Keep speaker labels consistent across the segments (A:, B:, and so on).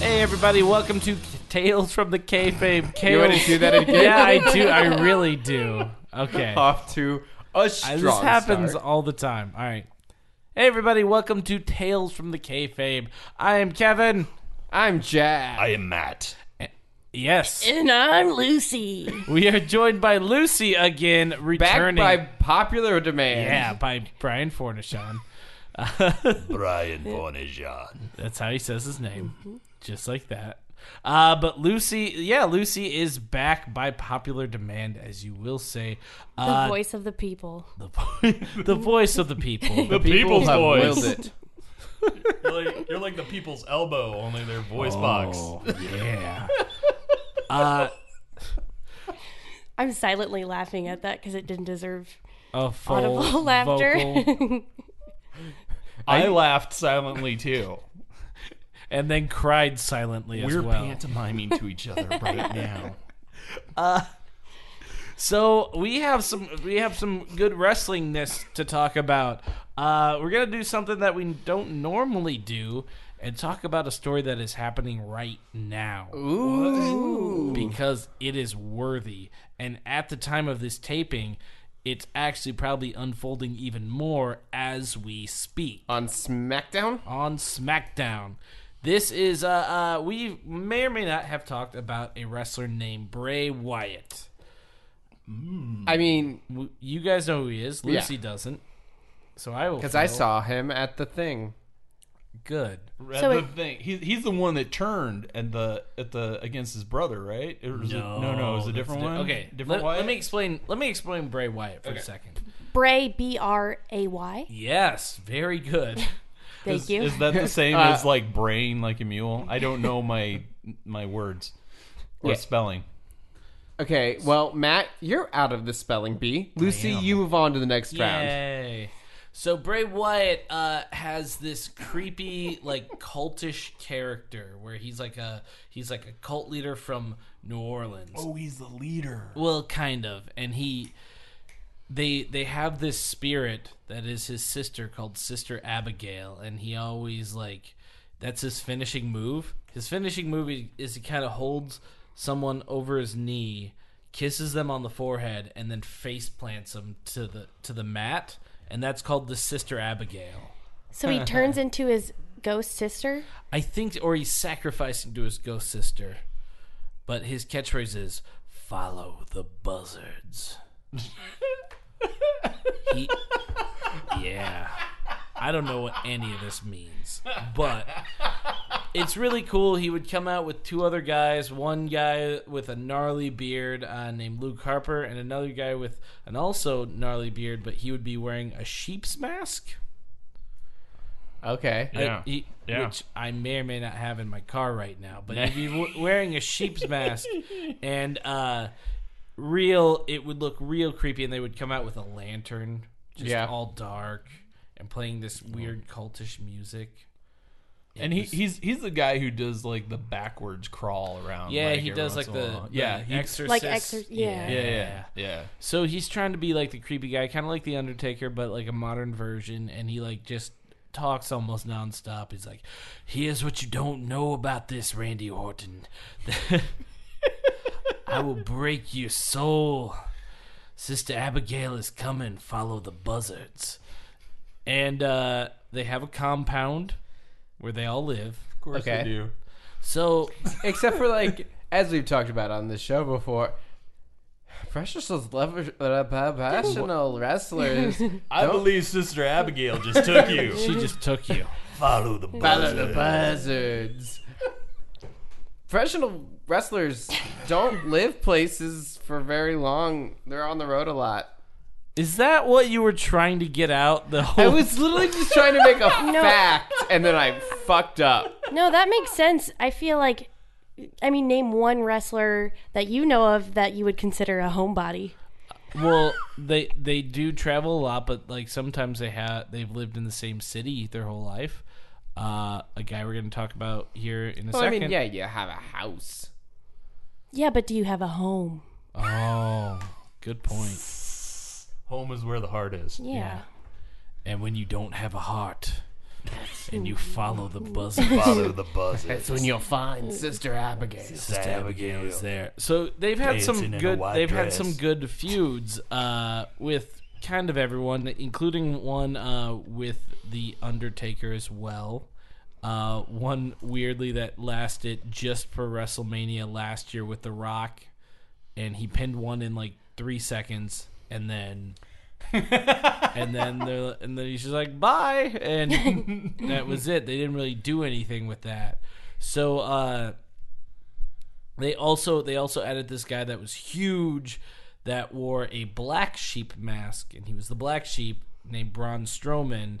A: Hey everybody, welcome to Tales from the Kayfabe. Kales.
B: You want to do that again?
A: Yeah, I do. I really do. Okay.
B: Off to a
A: I-
B: strong
A: this happens
B: start.
A: all the time. All right. Hey everybody, welcome to Tales from the Kayfabe. I am Kevin.
B: I'm Jack.
C: I am Matt.
A: Yes.
D: And I'm Lucy.
A: We are joined by Lucy again,
B: Back
A: returning.
B: by popular demand.
A: yeah, by Brian Fornishan.
C: Brian Bonajan.
A: That's how he says his name, just like that. Uh, but Lucy, yeah, Lucy is back by popular demand, as you will say.
D: The
A: Uh,
D: voice of the people.
A: the, vo- the voice of the people.
C: The
B: People
C: people's
B: have willed
C: voice.
B: it.
C: You're like, you're like the people's elbow, only their voice box.
A: Oh, yeah. Uh,
D: I'm silently laughing at that because it didn't deserve
A: a full
D: audible laughter.
A: Oh, vocal,
C: I laughed silently too.
A: and then cried silently as
C: We're
A: well.
C: pantomiming to each other right now.
A: Uh, So we have some we have some good wrestlingness to talk about. Uh, we're gonna do something that we don't normally do, and talk about a story that is happening right now. Ooh, because it is worthy, and at the time of this taping, it's actually probably unfolding even more as we speak
B: On SmackDown?
A: on SmackDown. This is uh, uh we may or may not have talked about a wrestler named Bray Wyatt.
C: Mm.
B: I mean,
A: W- You guys know who he is. Lucy
B: Yeah.
A: doesn't. So I will.
B: because I
A: feel
B: saw him at the thing.
A: good.
D: So
C: the
D: it-
C: thing, he, he's the one that turned and the at the against his brother, right? Or was it- no, no, it was a
A: that's
C: different
A: di-
C: one.
A: Okay, let,
C: different Wyatt?
A: let me explain. Let me explain Bray Wyatt for a second.
D: Bray, B R A Y.
A: Yes, very good.
D: Thank
C: Is,
D: you.
C: is that the same
B: Uh,
C: as like brain like a mule? I don't know my my words or
B: Yeah.
C: spelling.
B: Okay, well, Matt, you're out of the spelling bee. Lucy, you move on to the next round.
A: Yay! So Bray Wyatt uh, has this creepy, like cultish character where he's like a he's like a cult leader from New Orleans.
C: he's the leader.
A: Well, kind of, and he they they have this spirit that is his sister called Sister Abigail, and he always like that's his finishing move. His finishing move i- is he kind of holds someone over his knee, kisses them on the forehead, and then face plants them to the to the mat, and that's called the Sister Abigail.
D: so he turns into his ghost sister.
A: I think, or he's sacrificing to his ghost sister, but his catchphrase is "Follow the buzzards." he, yeah, I don't know what any of this means, but it's really cool. He would come out with two other guys, one guy with a gnarly beard uh, named Luke Harper, and another guy with an also gnarly beard, but he would be wearing a sheep's mask.
B: Okay.
A: I-
C: Yeah.
A: he-
C: Yeah.
A: Which I may or may not have in my car right now, but if you w- wearing a sheep's mask and uh, real, it would look real creepy, and they would come out with a lantern, just
B: Yeah.
A: all dark, and playing this
C: Mm.
A: weird cultish music.
C: And he, he's he's the guy who does like the backwards crawl around.
A: Yeah,
C: like,
A: he
C: every
A: does
C: once
A: like
C: in a
A: the
C: while. yeah,
A: the
C: he,
A: exorcist.
D: Like exor- yeah.
C: yeah, yeah, yeah.
A: So he's trying to be like the creepy guy, kind of like the Undertaker, but like a modern version. And he like just talks almost nonstop. He's like, "Here's what you don't know about this Randy Orton. I will break your soul. Sister Abigail is coming. Follow the buzzards." And uh, they have a compound where they all live.
C: Of course
B: Okay.
C: they do.
A: So
B: Except for, like, as we've talked about on this show before, precious lever- professional wrestlers.
C: I believe Sister Abigail just took you.
A: she just took you.
C: Follow the
B: Battle of the Buzzards. Professional wrestlers don't live places for very long. They're on the road a lot.
A: Is that what you were trying to get out the whole
B: I was literally just trying to make a fact, and then I fucked up.
D: No, that makes sense. I feel like, I mean, name one wrestler that you know of that you would consider a homebody.
A: Well, they they do travel a lot, but like sometimes they have they've lived in the same city their whole life. Uh, a guy we're going to talk about here in a
B: Well, I
A: second.
B: mean, yeah, you have a house.
D: Yeah, but do you have a home?
A: Oh, good point.
C: Home is where the heart is.
D: Yeah.
A: And when you don't have a heart, and you follow the buzzer.
E: Follow the buzzes.
B: That's when you'll find Sister Abigail.
A: Sister Abigail is there. So they've had
E: Dancing in
A: some
E: a
A: good
E: white
A: they've had
E: dress.
A: some good feuds uh, with kind of everyone, including one uh, with the Undertaker as well. Uh, one weirdly that lasted just for WrestleMania last year with The Rock, and he pinned one in like three seconds, and then. and then they're, and then he's just like bye and that was it they didn't really do anything with that so uh they also they also added this guy that was huge that wore a black sheep mask, and he was the black sheep named Braun Strowman.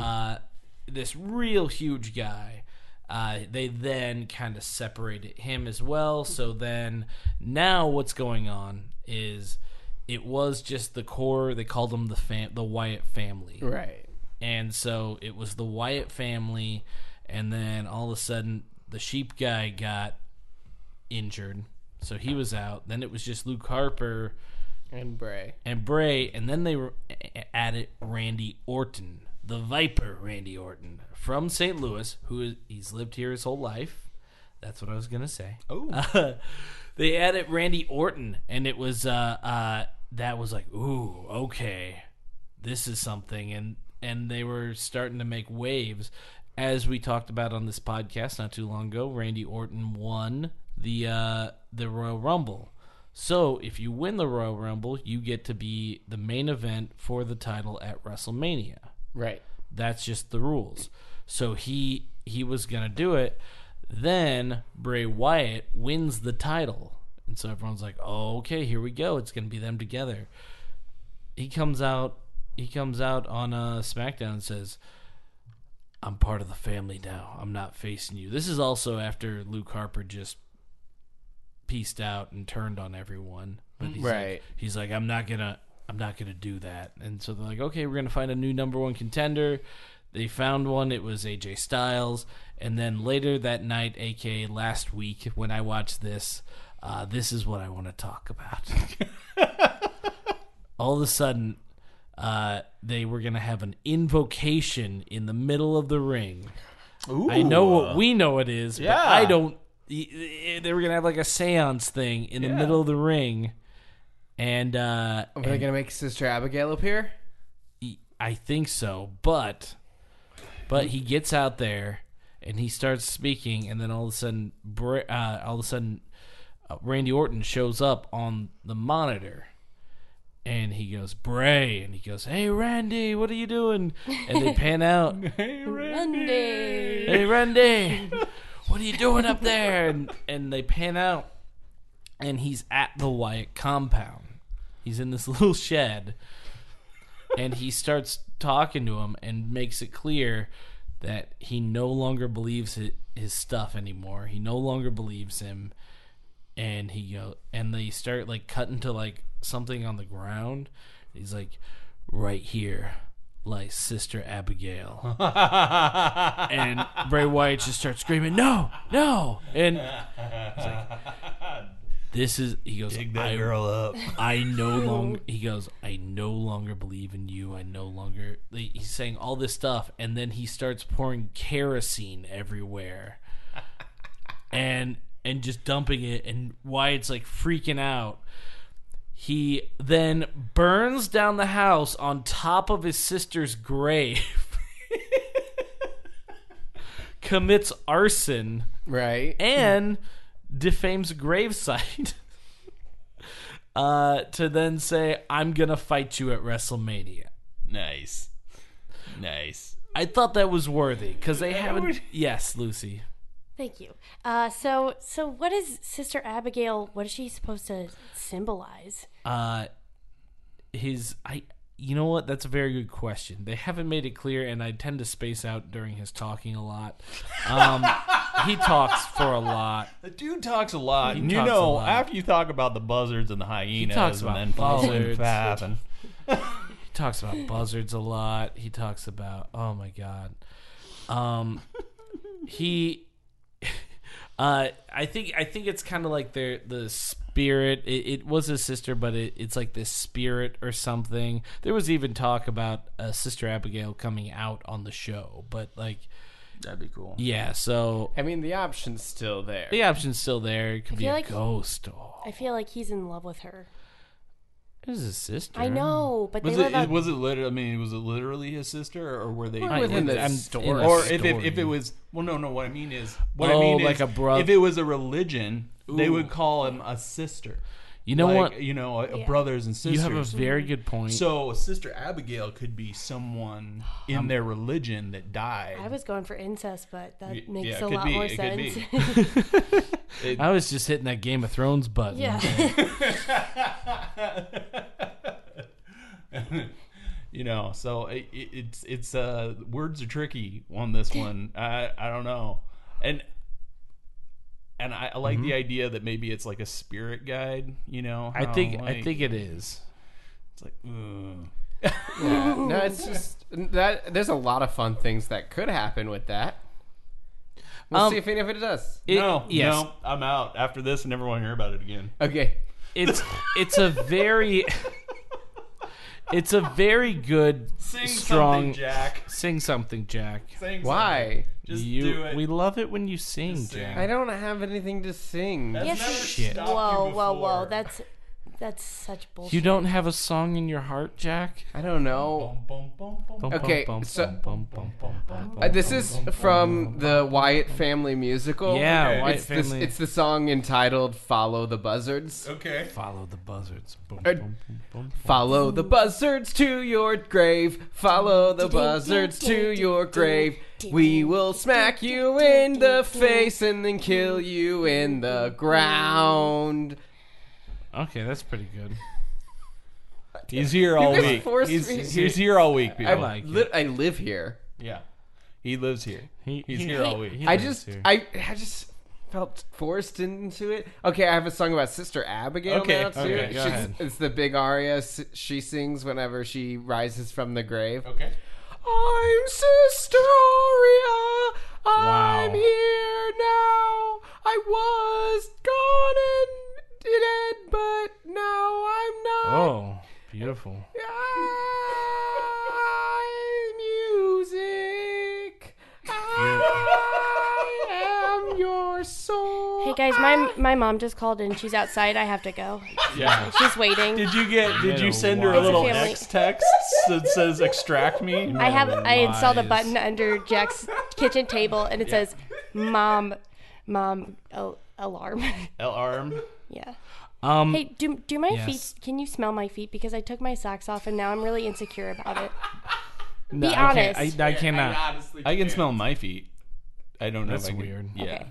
A: Uh, this real huge guy. Uh, they then kind of separated him as well. So then now what's going on is it was just the core. They called them the fam- the Wyatt family
B: Right.
A: and so it was the Wyatt family, and then all of a sudden the sheep guy got injured, so he was out. Then it was just Luke Harper
B: And Bray.
A: and Bray, and then they were- a- a- added Randy Orton, the Viper Randy Orton from St. Louis, who is, he's lived here his whole life. That's what I was gonna say.
C: Oh.
A: they added Randy Orton, and it was uh, uh, that was like, ooh, okay, this is something, and and they were starting to make waves, as we talked about on this podcast not too long ago. Randy Orton won the uh, the Royal Rumble, so if you win the Royal Rumble, you get to be the main event for the title at WrestleMania.
B: Right.
A: That's just the rules. So he he was gonna do it. Then Bray Wyatt wins the title, and so everyone's like, oh, "Okay, here we go. It's gonna be them together." He comes out. He comes out on uh, SmackDown and says, "I'm part of the family now. I'm not facing you." This is also after Luke Harper just pieced out and turned on everyone. But he's like-
B: Right.
A: he's like, I'm not gonna, I'm not gonna do that. And so they're like, okay, we're gonna find a new number one contender. They found one. It was AJ Styles. And then later that night, aka last week, when I watched this, uh, this is what I want to talk about. All of a sudden, uh, they were gonna have an invocation in the middle of the ring. I know what we know it is,
C: Yeah.
A: but I don't. They were gonna have like a seance thing in the middle of the ring, and uh,
B: Are they gonna make Sister Abigail appear?
A: I think so. But but he gets out there and he starts speaking, and then all of a sudden, Bra- uh, all of a sudden, uh, Randy Orton shows up on the monitor. And he goes, Bray. And he goes, Hey, Randy, what are you doing? And they pan out.
D: Monday.
A: hey Randy, what are you doing up there? And and they pan out, and he's at the Wyatt compound. He's in this little shed, and he starts talking to him and makes it clear that he no longer believes his, his stuff anymore. He no longer believes him, and he go and they start like cutting to like something on the ground. He's like, right here lies Sister Abigail and Bray Wyatt just starts screaming, "No, no!" And he's like, "This is." He goes,
E: Dig
A: I,
E: that girl up.
A: I no longer. He goes, "I no longer believe in you. I no longer." like, He's saying all this stuff, and then he starts pouring kerosene everywhere, and and just dumping it. And Wyatt's like freaking out. He then burns down the house on top of his sister's grave. commits arson
B: Right.
A: and defames a gravesite uh, to then say, I'm going to fight you at WrestleMania.
C: nice, nice.
A: I thought that was worthy because they haven't. Yes, Lucy.
D: Thank you. Uh, so, so what is Sister Abigail? What is she supposed to symbolize?
A: Uh, his. I. You know what? That's a very good question. They haven't made it clear, and I tend to space out during his talking a lot. Um, he talks for a lot.
C: The dude talks a lot. and you
A: talks a
C: know,
A: lot.
C: after you talk about the buzzards and the hyenas,
A: talks
C: and
A: about
C: then Puzzle
A: buzzards.
C: and Fab and
A: He talks about buzzards a lot. He talks about oh my god. Um he uh I think I think it's kind of like their the s- spirit. It, it was his sister, but it, it's like this spirit or something. There was even talk about uh, Sister Abigail coming out on the show, but like,
E: That'd be cool.
A: yeah. So
B: I mean, the option's still there.
A: the option's still there. It could be
D: feel
A: a
D: like-
A: ghost. Oh,
D: I feel like he's in love with her.
A: it was his sister.
D: I know, but
C: Was
D: they
C: it,
D: live out.
C: was it literally? I mean, was it literally his sister, or were they?
B: Well, within the
A: I'm-
B: story.
A: in the
C: or if it,
A: story.
C: if it was well, no, no. What I mean is, what
A: Oh,
C: I mean
A: like
C: is,
A: a bro-
C: If it was a religion, they
A: Ooh.
C: would call him a sister.
A: you know
C: like,
A: what?
C: You know, a- a
D: Yeah.
C: brothers and
A: You
C: sisters.
A: have a very good point.
C: so Sister Abigail could be someone in
A: Um,
C: their religion that died.
D: I was going for incest, but that
C: Y-
D: makes
C: yeah, it
D: a
C: could
D: lot
C: be,
D: more
C: it could be.
D: sense.
A: I was just hitting that Game of Thrones button.
D: yeah.
C: you know, so it, it, it's it's uh words are tricky on this one. I I don't know, and and I, I like the idea that maybe it's like a spirit guide. You know,
A: I
C: how,
A: think I
C: like,
A: think it is.
C: it's like ugh.
B: No, it's just that there's a lot of fun things that could happen with that. We'll
A: Um,
B: see if any of it does.
A: It-
C: no,
A: yes.
C: no, I'm out after this, and never want to hear about it again.
B: Okay.
A: It's it's a very it's a very good
C: Sing
A: strong
C: something, Jack.
A: sing something, Jack.
C: Sing something.
B: Why?
C: Just
A: you
C: do it.
A: we love it when you sing,
C: Just sing.
A: Jack.
B: I don't have anything to sing.
C: That's
D: Yes,
C: never
A: shit.
C: stopped you
D: Whoa, whoa, whoa!
C: before.
D: That's that's such bullshit.
A: You don't have a song in your heart, Jack?
B: I don't know.
C: Bum, bum, bum,
A: Bum,
C: bum, bum,
A: bum,
B: Okay,
A: bum,
B: so-
A: bum, bum, bum, bum, bum, bum.
B: Uh, this is from the Wyatt Family musical.
A: yeah,
C: okay.
A: Wyatt
B: It's, this,
A: family.
B: it's the song entitled "Follow the Buzzards."
C: Okay.
A: follow the buzzards. Bum,
B: Uh,
A: bum, bum, bum, bum.
B: Follow the buzzards to your grave. Follow the buzzards to your grave. We will smack you in the face and then kill you in the ground.
A: Okay, that's pretty good.
C: He's here all
B: guys
C: week.
B: forced
C: He's,
B: me to-
C: he's here all week, people.
B: I,
A: like
B: li- I live here.
C: Yeah. He lives here.
A: He-
C: he's
A: he-
C: here all week.
A: he
B: I
A: lives
B: just,
A: here.
B: I, I just felt forced into it. Okay, I have a song about Sister Abigail
C: Okay,
B: now too.
C: okay,
A: go
B: She's-
A: ahead.
B: It's the big aria s- she sings whenever she rises from the grave.
C: Okay.
B: I'm Sister Aria. I'm
A: Wow.
B: here now. I was gone and dead, but now I'm not.
A: Oh, beautiful.
B: I'm music. I am your soul.
D: Hey guys, my my mom just called and she's outside. I have to go.
C: Yeah.
D: She's waiting.
C: Did you get? Did
A: Yeah,
C: you send her a
A: wow.
C: little
D: It's a family.
C: X text that says "extract me"?
D: I have I installed a
A: Lies.
D: button under Jack's kitchen table and it says, "Mom, mom, al- alarm."
C: Alarm.
D: yeah.
A: Um
D: Hey, do do my
A: Yes.
D: feet? Can you smell my feet? Because I took my socks off and now I'm really insecure about it.
A: no, I
D: be
A: can't-
D: honest.
A: I, I cannot.
C: I can smell my feet. I don't know.
A: That's
C: if I can,
A: weird.
C: Yeah.
D: Okay.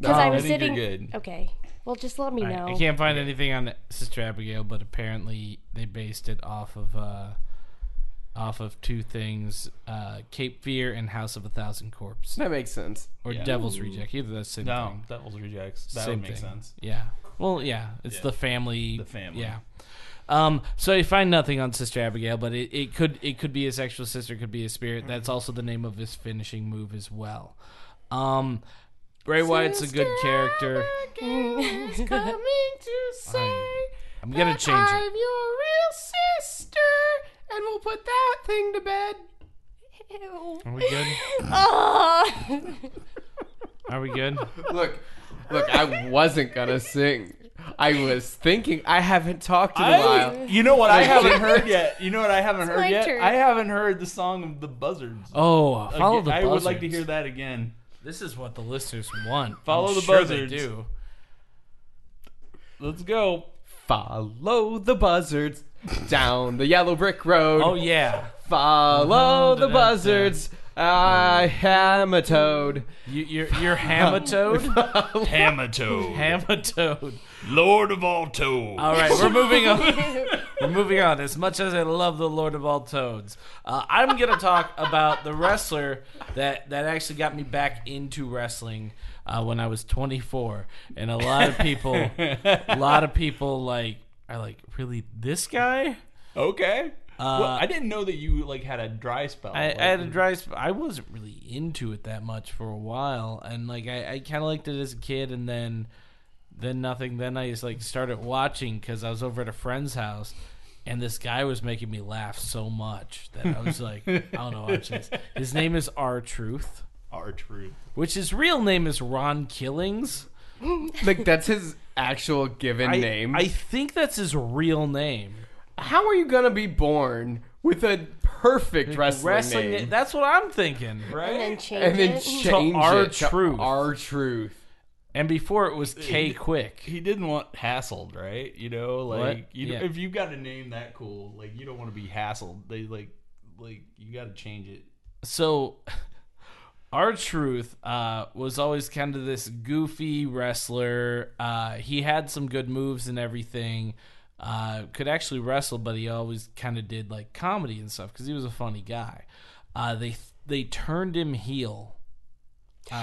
D: Because
A: No,
D: I
A: I
D: was
C: think you're
D: sitting.
C: good.
D: Okay. Well, just let me
A: I-
D: know.
A: I can't find anything on Sister Abigail, but apparently they based it off of uh, off of two things: uh, Cape Fear and House of a Thousand Corpses,
B: That makes sense.
A: or
C: Yeah.
A: Devil's Reject. Either that's same
C: No,
A: thing.
C: Devil's Rejects. That
A: same
C: would make
A: thing.
C: sense.
A: Yeah. Well, yeah, it's
C: Yeah.
A: the family.
C: The family.
A: Yeah. Um, so you find nothing on Sister Abigail, but it, it could it could be his actual sister, could be a spirit.
C: Mm-hmm.
A: That's also the name of his finishing move as well. Um, Bray Wyatt's a good character. I, am gonna change it.
B: I'm your real sister, and we'll put that thing to bed.
D: Ew.
A: Are we good?
D: Ah.
A: Are we good?
B: Look, look, I wasn't gonna sing. I was thinking. I haven't talked in a
C: I,
B: while.
C: you know what I haven't heard yet. You know what I haven't
D: It's
C: heard
D: my
C: yet.
D: turn.
C: I haven't heard the song of the buzzards.
A: Oh, follow the
C: I
A: buzzards.
C: would like to hear that again.
A: This is what the listeners want.
C: Follow
A: I'm
C: the
A: sure
C: buzzards.
A: They do.
C: Let's go.
B: Follow the buzzards down the yellow brick road.
A: Oh yeah,
B: Follow the
A: Da-da-da.
B: buzzards. I am a toad.
A: you, you're you're Hamatoad.
C: Hamatoad,
A: Hamatoad.
C: Lord of all toads.
A: All right, we're moving on. we're moving on. As much as I love the Lord of All Toads, uh, I'm gonna talk about the wrestler that that actually got me back into wrestling uh, when I was 24, and a lot of people, a lot of people like are like, really, this guy?
C: Okay. well, I didn't know that you like had a dry spell.
A: Uh, I,
C: like,
A: I had a dry sp I wasn't really into it that much for a while, and like I, I kind of liked it as a kid, and then then nothing. Then I just like started watching because I was over at a friend's house, and this guy was making me laugh so much that I was like, I don't know, watch this. His name is R Truth,
C: Our truth.
A: which his real name is Ron Killings.
B: Like that's his actual given
A: I,
B: name.
A: I think that's his real name.
B: How are you gonna be born with a perfect wrestling,
A: Wrestling.
B: name
A: That's what I'm thinking,
D: and then
A: right?
D: change
B: and then
D: it.
B: change
A: our
B: it to
A: truth.
B: Our truth.
A: And before it was K Quick.
C: He didn't want hassled, right? You know, like
A: What?
C: you know,
A: Yeah.
C: if you've got a name that cool, like you don't want to be hassled. They like like you got to change it.
A: So, our truth uh, was always kind of this goofy wrestler. Uh, he had some good moves and everything. Uh, could actually wrestle, but he always kind of did like comedy and stuff because he was a funny guy. Uh, they they turned him heel.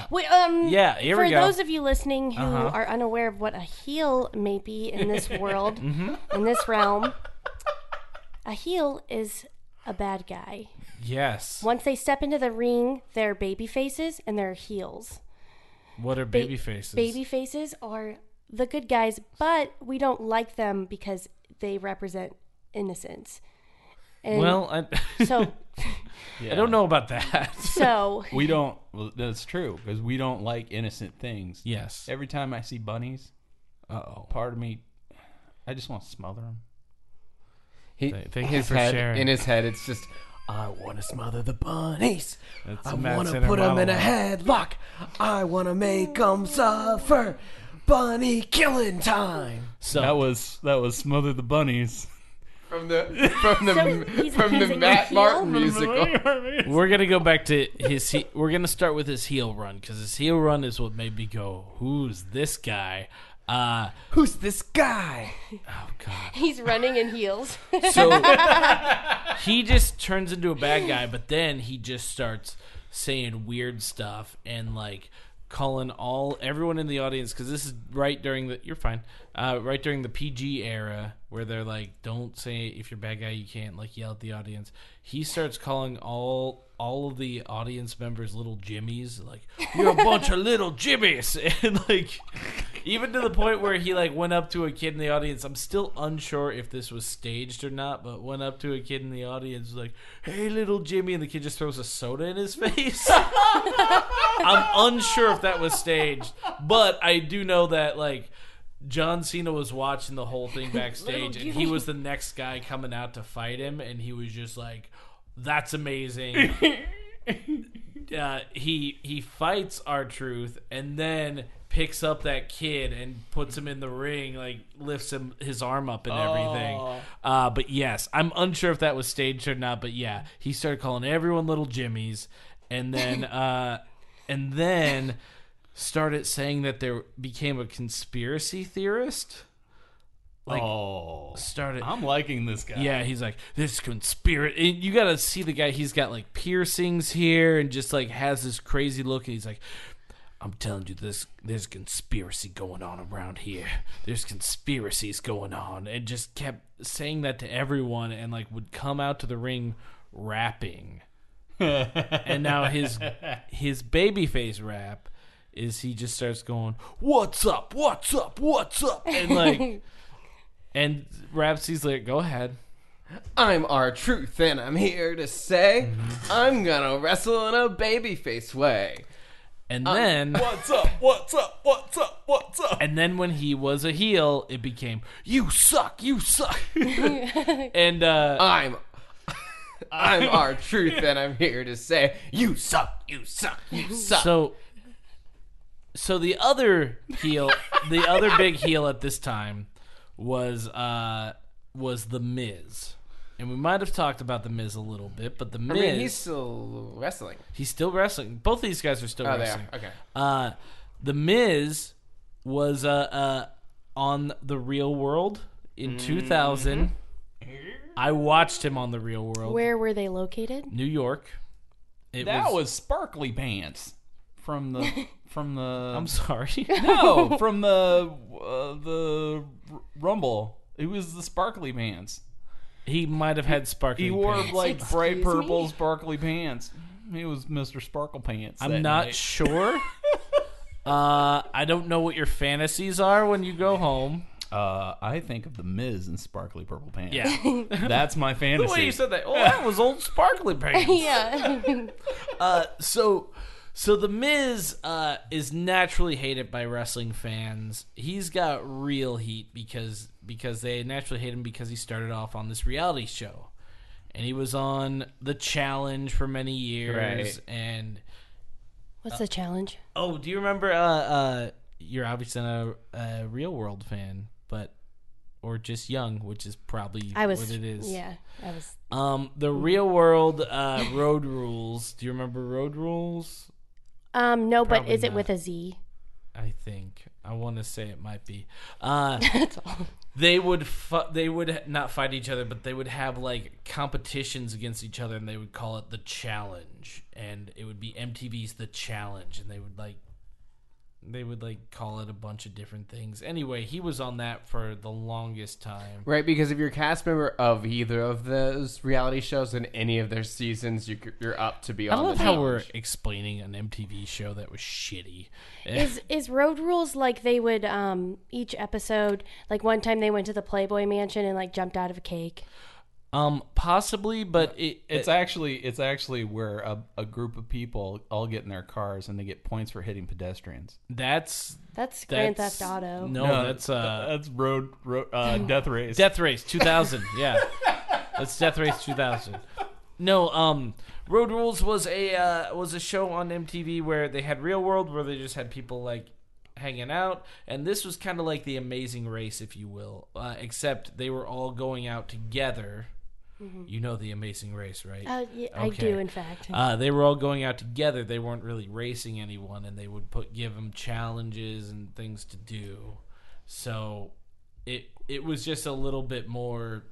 D: Wait, um,
A: Yeah, here
D: for
A: we go.
D: those of you listening who are unaware of what a heel may be in this world, in this realm, a heel is a bad guy.
A: Yes. What,
D: Once they step into the ring, they're baby faces and they're heels.
A: are baby faces?
D: Baby faces are the good guys, but we don't like them because they represent innocence. And
A: Well, I,
D: so
C: Yeah.
A: I don't know about that.
D: so
C: We don't. Well, that's true because we don't like innocent things.
A: yes.
C: Every time I see bunnies,
A: Uh oh.
C: part of me, I just want to smother them.
B: He,
A: Th- thank you
B: his
A: for
B: head,
A: sharing.
B: In his head, it's just, I want to smother the bunnies.
A: That's
B: I
A: Matt's
B: want to
A: inner
B: put them in a
A: monologue.
B: headlock. I want to make them suffer. Bunny killing time.
A: So
C: That was that was smother the bunnies.
B: From the from the
D: So he's
B: from the
D: accusing
B: Matt
D: the heel?
B: Martin musical.
A: We're gonna go back to his. He- we're gonna start with his heel run because his heel run is what made me go, "Who's this guy?" Uh,
B: Who's this guy?
A: oh god.
D: he's running in heels.
A: So he just turns into a bad guy, but then he just starts saying weird stuff and like calling all everyone in the audience because this is right during the. You're fine. Uh, right during the PG era where they're like, "Don't say if you're a bad guy, you can't like yell at the audience." He starts calling all all of the audience members little jimmies like you're a bunch of little jimmies and like even to the point where he like went up to a kid in the audience i'm still unsure if this was staged or not but went up to a kid in the audience was like hey little jimmy and the kid just throws a soda in his face i'm unsure if that was staged but i do know that like John Cena was watching the whole thing backstage, and he
D: Jimmy.
A: was the next guy coming out to fight him, and he was just like, "That's amazing." uh, he he fights our truth and then picks up that kid and puts him in the ring, like lifts him his arm up and everything. Uh, but yes, I'm unsure if that was staged or not. But yeah, he started calling everyone little Jimmys, and then uh, and then started saying that there became a conspiracy theorist. Like
C: oh,
A: started.
C: I'm liking this guy.
A: Yeah, he's like this conspiracy. You gotta see the guy. He's got like piercings here, and just like has this crazy look. And he's like, "I'm telling you, this there's conspiracy going on around here. There's conspiracies going on," and just kept saying that to everyone, and like would come out to the ring rapping. and now his his babyface rap is he just starts going, "What's up? What's up? What's up?" and like. And Rhapsody's like, go ahead.
B: I'm our truth, and I'm here to say I'm gonna wrestle in a babyface way.
A: And
B: Uh,
A: then
C: What's up? What's up? What's up? What's up?
A: and then when he was a heel, it became you suck, you suck. and uh
B: I'm I'm our truth, and I'm here to say you suck, you suck, you suck.
A: so so the other heel, the other big heel at this time was uh was the Miz. And we might have talked about the Miz a little bit, but the
B: I
A: Miz
B: mean, he's
A: he's,
B: still wrestling.
A: still wrestling. Both of these guys are still
B: Oh, they
A: wrestling.
B: are. Okay.
A: Uh the Miz was uh, uh on the Real World in 2000. Mm-hmm. I watched him on the Real World,
D: Where were they located?
A: New York. It
C: That was sparkly pants from the from the
A: I'm sorry.
C: no from the uh, the r- rumble. It was the sparkly pants.
A: he might have had sparkling.
C: He wore
A: pants.
C: like
D: Excuse
C: bright purple
D: me?
C: sparkly pants. He was Mr. Sparkle Pants.
A: I'm
C: that
A: not
C: night.
A: sure. Uh, I don't know what your fantasies are when you go home.
C: Uh, I think of the Miz in sparkly purple pants.
A: Yeah.
C: that's my fantasy.
A: the way you said that. Oh, that was old sparkly pants.
D: yeah.
A: Uh, so so the Miz uh, is naturally hated by wrestling fans. He's got real heat because because they naturally hate him because he started off on this reality show, and he was on the Challenge for many years.
C: Right.
A: And
D: What's the challenge?
A: oh, do you remember? Uh, uh, you're obviously not a, a real world fan, but or just young, which is probably
D: I was.
A: what it is.
D: Yeah, I was.
A: Um, the real world uh, road rules. Do you remember road rules?
D: Um, no, but
A: Probably
D: is it
A: not.
D: with a Z?
A: I think I want to say it might be. Uh,
D: That's all.
A: they would fu- they would not fight each other, but they would have like competitions against each other, and they would call it the challenge, and it would be MTV's the challenge, and they would like they would like call it a bunch of different things. Anyway, he was on that for the longest time.
B: Right, because if you're a cast member of either of those reality shows in any of their seasons, you, c- you're up to be on
A: I love
B: the
A: how we're
B: challenge.
A: explaining an MTV show that was shitty.
D: Is is road rules like they would um each episode like one time they went to the Playboy Mansion and like jumped out of a cake.
A: Um, possibly, but it,
C: It's actually it's actually where a, a group of people all get in their cars and they get points for hitting pedestrians.
A: that's,
D: That's,
A: that's
D: Grand Theft Auto.
A: No, that's uh,
C: that's road, road uh, death race.
A: Death Race 2000. Yeah, that's Death Race 2000. No, um, Road Rules was a uh, was a show on MTV where they had Real World, where they just had people like hanging out, and this was kind of like the Amazing Race, if you will, uh, except they were all going out together. You know the Amazing Race, right?
D: Uh, yeah, I
A: Okay.
D: do in fact.
A: Uh, they were all going out together. They weren't really racing anyone, and they would put give them challenges and things to do. So it it was just a little bit more.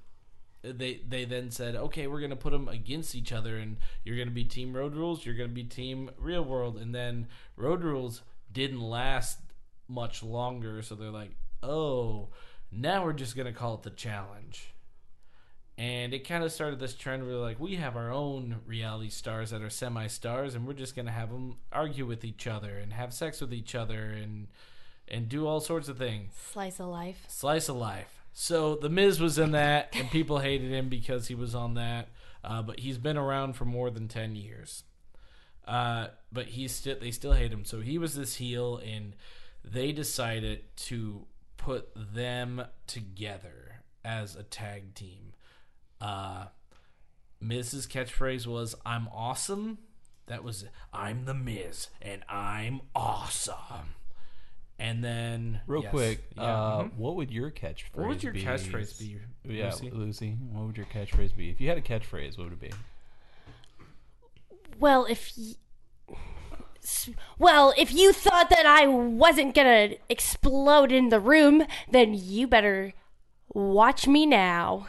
A: They they then said, okay, we're gonna put them against each other, and you're gonna be team road rules. You're gonna be team real world, and then road rules didn't last much longer. So they're like, oh, now we're just gonna call it the challenge and it kind of started this trend where like we have our own reality stars that are semi stars and we're just going to have them argue with each other and have sex with each other and and do all sorts of things
D: Slice of life.
A: slice of life so the miz was in that and people hated him because he was on that uh, but he's been around for more than 10 years uh, but he's still they still hate him so he was this heel and they decided to put them together as a tag team uh, Miz's catchphrase was "I'm awesome." That was "I'm the Miz and I'm awesome." And then
C: Real
A: yes,
C: quick,
A: yeah,
C: uh,
A: mhm.
C: what would your catchphrase?
A: what would your
C: be?
A: catchphrase be?
C: Yeah,
A: Lucy?
C: Lucy? what would your catchphrase be? If you had a catchphrase, what would it be?
D: Well, if y- S- well, if you thought that I wasn't gonna explode in the room, then you better watch me now.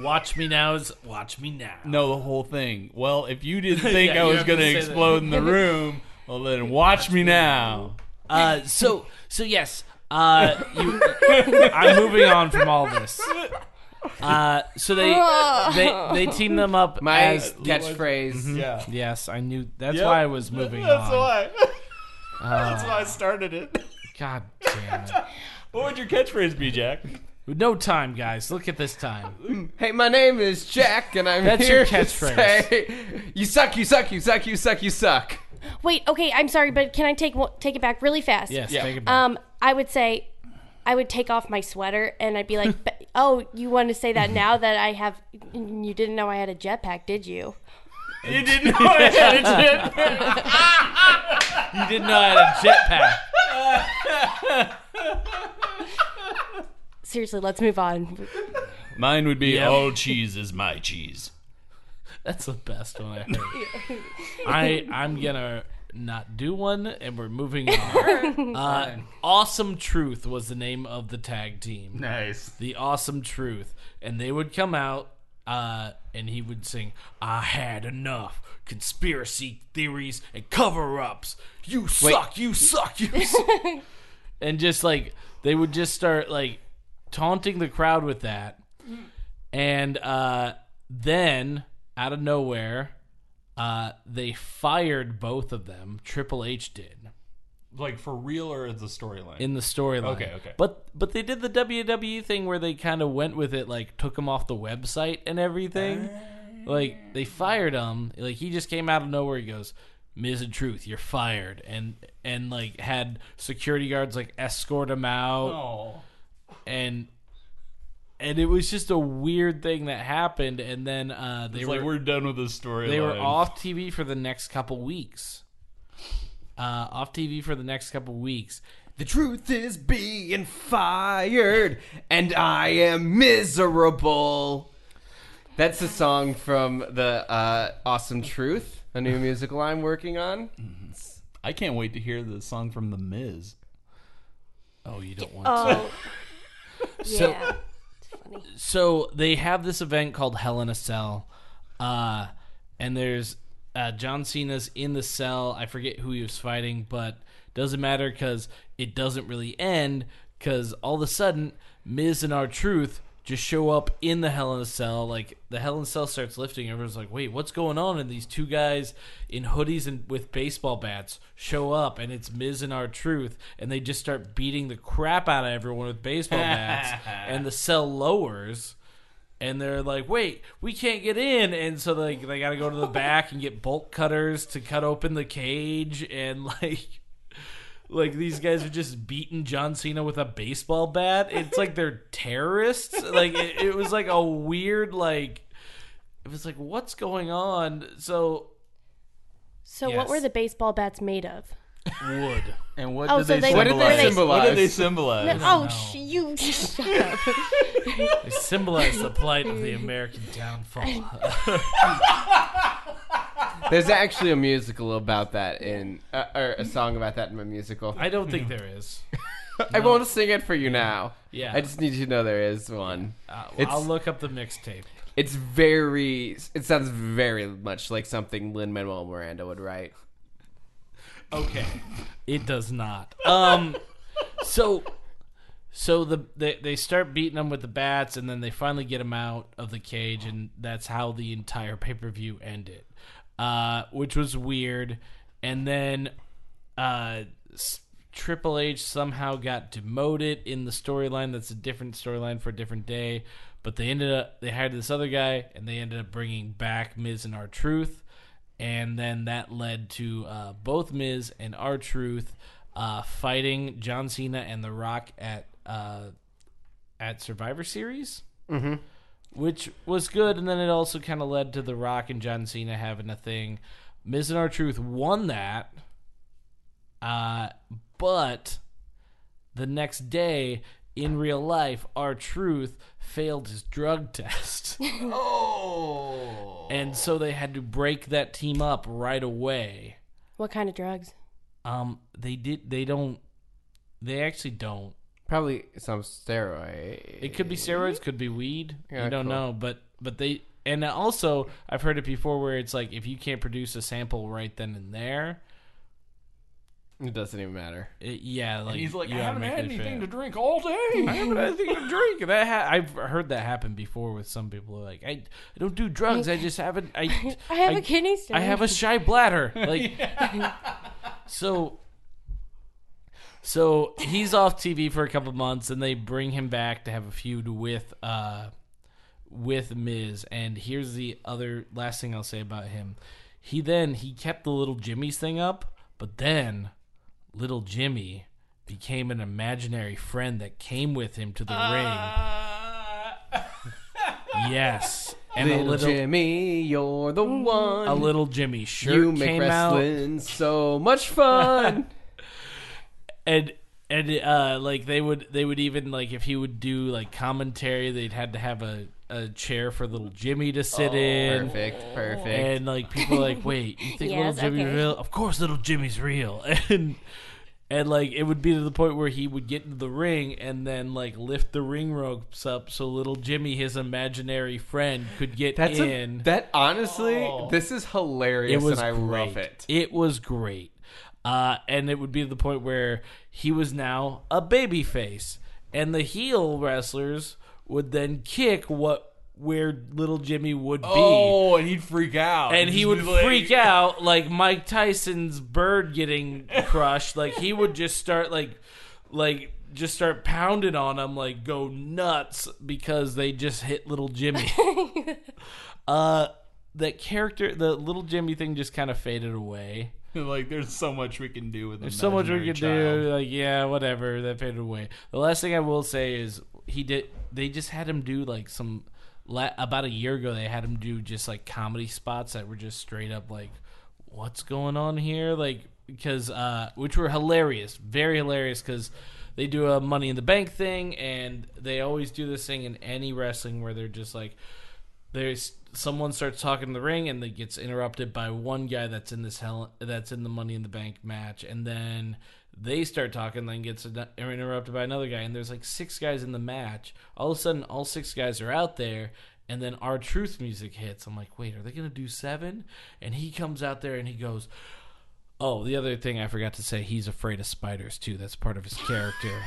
A: "Watch me now" is "Watch me now."
C: No, the whole thing. Well, if you didn't think
A: Yeah,
C: I
A: you
C: was
A: have to
C: going
A: say
C: to
A: that.
C: explode in the room, well then watch me now.
A: Uh, so so yes, uh, you, I'm moving on from all this. Uh, so they they they team them up
B: My
A: as the- Mm-hmm.
B: catchphrase.
C: Yeah,
A: yes, I knew that's
C: Yep.
A: why I was moving on.
C: that's why. that's why I started it.
A: God damn it.
C: What would your catchphrase be, Jack?
A: No time, guys. Look at this time.
B: Hey, my name is Jack, and I'm
A: That's
B: here
A: your
B: to
A: catchphrase.
B: say, you suck, you suck, you suck, you suck, you suck.
D: Wait, okay, I'm sorry, but can I take one- take it back really fast?
A: Yes,
C: Yeah.
A: take it back.
D: Um, I would say I would take off my sweater and I'd be like, "But- "Oh, you want to say that now that I have? You didn't know I had a jetpack, did you?"
C: You didn't know I had a jetpack.
A: you didn't know I had a jetpack.
D: Seriously, let's move on.
C: Mine would be
A: Yeah.
C: all cheese is my cheese.
A: That's the best one I heard. I I'm gonna not do one, and we're moving on. Uh, awesome Truth was the name of the tag team.
B: Nice.
A: The Awesome Truth, and they would come out. Uh, and he would sing, "I had enough conspiracy theories and cover-ups. You suck, you suck, you suck." and just like they would just start like taunting the crowd with that. And uh, then, out of nowhere, uh, they fired both of them. Triple H did.
C: like for real or as a storyline?
A: in the storyline.
C: Okay, okay.
A: But but they did the WWE thing where they kind of went with it, like took him off the website and everything.
C: Ah.
A: Like they fired him. Like he just came out of nowhere. He goes, "Ms. and Truth, you're fired," and and like had security guards like escort him out
C: oh,
A: and. And it was just a weird thing that happened, and then uh, they
C: it's
A: were
C: like we're done with this storyline.
A: they were off TV for the next couple weeks. Uh, off TV for the next couple weeks.
B: The truth is being fired, and I am miserable. That's a song from the uh, Awesome Truth, a new musical I'm working on.
C: I can't wait to hear the song from The Miz.
A: Oh, you don't want
D: Oh,
A: So-
D: yeah. It's funny.
A: so they have this event called Hell in a Cell, uh, and there's uh, John Cena's in the cell. I forget who he was fighting, but doesn't matter because it doesn't really end because all of a sudden Miz and our Truth just show up in the Hell in a Cell. Like the Hell in a Cell starts lifting, everyone's like, "Wait, what's going on?" And these two guys in hoodies and with baseball bats show up, and it's Miz and our Truth, and they just start beating the crap out of everyone with baseball bats, and the cell lowers and they're like, "Wait, we can't get in," and so like they got to go to the back and get bolt cutters to cut open the cage, and like, like these guys are just beating John Cena with a baseball bat. It's like they're terrorists. Like it, it was like a weird like, it was like what's going on? So
D: So
A: Yes.
D: what were the baseball bats made of?
A: wood.
C: And what
D: Oh,
C: did
D: so
C: they,
D: they-
B: What did they
D: Symbolize.
B: symbolize?
C: What did they symbolize?
D: Oh, sh- you shut up.
A: They symbolize the plight of the American downfall.
B: There's actually a musical about that in, uh, or a song about that in my musical. I,
A: I don't think there is.
B: won't sing it for you now.
A: Yeah.
B: I just need you to know there is one.
A: Uh,
B: It's-
A: I'll look up the mixtape.
B: It's very. It sounds very much like something Lin Manuel Miranda would write.
A: Okay. It does not. Um so so the they, they start beating him with the bats and then they finally get him out of the cage and that's how the entire pay-per-view ended. Uh which was weird and then uh s- Triple H somehow got demoted in the storyline that's a different storyline for a different day, but they ended up they hired this other guy and they ended up bringing back Miz and our Truth and then that led to uh, both Miz and R Truth uh, fighting John Cena and The Rock at uh, at Survivor Series, mm-hmm. which was good. And then it also kind of led to The Rock and John Cena having a thing. Miz and R Truth won that, uh, but the next day. In real life, R Truth failed his drug test. And so they had to break that team up right away.
D: What kind of drugs?
A: Um, they did. They don't. They actually don't.
B: Probably some steroid.
A: It could be steroids, could be weed.
B: Yeah,
A: you don't
B: cool.
A: know, but but they and also I've heard it before where it's like if you can't produce a sample right then and there,
B: It doesn't even matter.
A: it, yeah, like
C: He's like,
A: you
C: I
A: gotta
C: haven't
A: make
C: had
A: it
C: anything
A: fail."
C: to drink all day.
A: I haven't had anything to drink. That ha- I've heard that happen before with some people. who are Like I, I don't do drugs. I just haven't. I
D: I have
A: I-
D: a kidney stone.
A: I have a shy bladder. Like so so he's off TV for a couple months and they bring him back to have a feud with uh with Miz and here's the other last thing I'll say about him. He then he kept the little Jimmy's thing up, but then little Jimmy became an imaginary friend that came with him to the ring. Yes. And
B: Little,
A: a little Mm.
B: Jimmy, you're the one.
A: a little Jimmy shirt
B: you make
A: came out.
B: wrestling so much fun.
A: and and uh like they would they would even like if he would do like commentary they'd had to have a a chair for little jimmy to sit in
B: Oh, perfect, perfect.
A: and like people were like wait you think
D: Yes,
A: little jimmy's
D: okay.
A: real of course little jimmy's real and and like it would be to the point where he would get into the ring and then like lift the ring ropes up so little jimmy his imaginary friend could get
B: That's a-
A: in
B: that honestly,
C: Oh.
B: this is hilarious, and I love
A: great.
B: it.
A: It was great. Uh, and it would be the point where he was now a baby face. And the heel wrestlers would then kick what where little Jimmy would be.
C: Oh, and he'd freak out.
A: and he
C: He'd
A: would
C: be like-
A: freak out like Mike Tyson's bird getting crushed. Like he would just start like like just start pounding on him like go nuts because they just hit little Jimmy. uh that character the little Jimmy thing just kind of faded away.
C: like, there's so much we can do with
A: There's so much we could
C: child.
A: do. Like, yeah, whatever. That faded away. The last thing I will say is he did. They just had him do like some. La, about a year ago, they had him do just like comedy spots that were just straight up like, "What's going on here?" Like because uh, which were hilarious, very hilarious because they do a Money in the Bank thing, and they always do this thing in any wrestling where they're just like, there's someone starts talking in the ring and they gets interrupted by one guy that's in this hell that's in the money in the bank match and then they start talking then gets in- interrupted by another guy and there's like six guys in the match all of a sudden all six guys are out there and then our truth music hits i'm like wait are they gonna do seven and he comes out there and he goes oh the other thing i forgot to say he's afraid of spiders too that's part of his character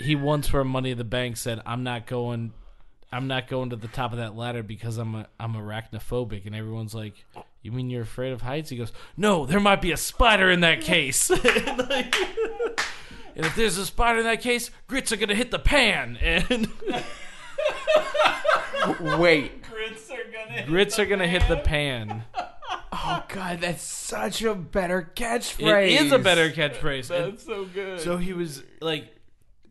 A: he once for money in the bank said i'm not going I'm not going to the top of that ladder because I'm a, I'm arachnophobic, and everyone's like, "You mean you're afraid of heights?" He goes, "No, there might be a spider in that case." and, like- and if there's a spider in that case, grits are gonna hit the pan, and
B: Wait.
C: Grits are gonna.
A: grits are gonna hit the pan.
B: Oh God, that's such a better
A: It
B: catchphrase.
A: is a better catchphrase. And-
C: That's so good.
A: So he was like,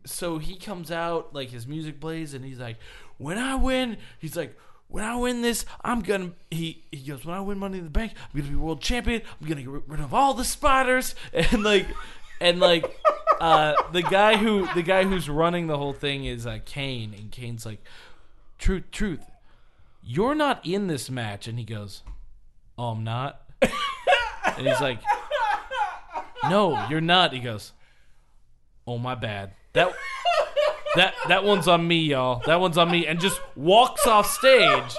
A: so he comes out like his music plays, and he's like, when I win, he's like, when I win this, I'm gonna. He he goes, when I win Money in the Bank, I'm gonna be world champion. I'm gonna get rid of all the spiders, and like, and like, uh, the guy who the guy who's running the whole thing is uh, Kane, and Kane's like, truth, truth, you're not in this match, and he goes, oh, I'm not, and he's like. No, you're not. He goes, Oh my bad. That that that one's on me, y'all. That one's on me, and just walks off stage.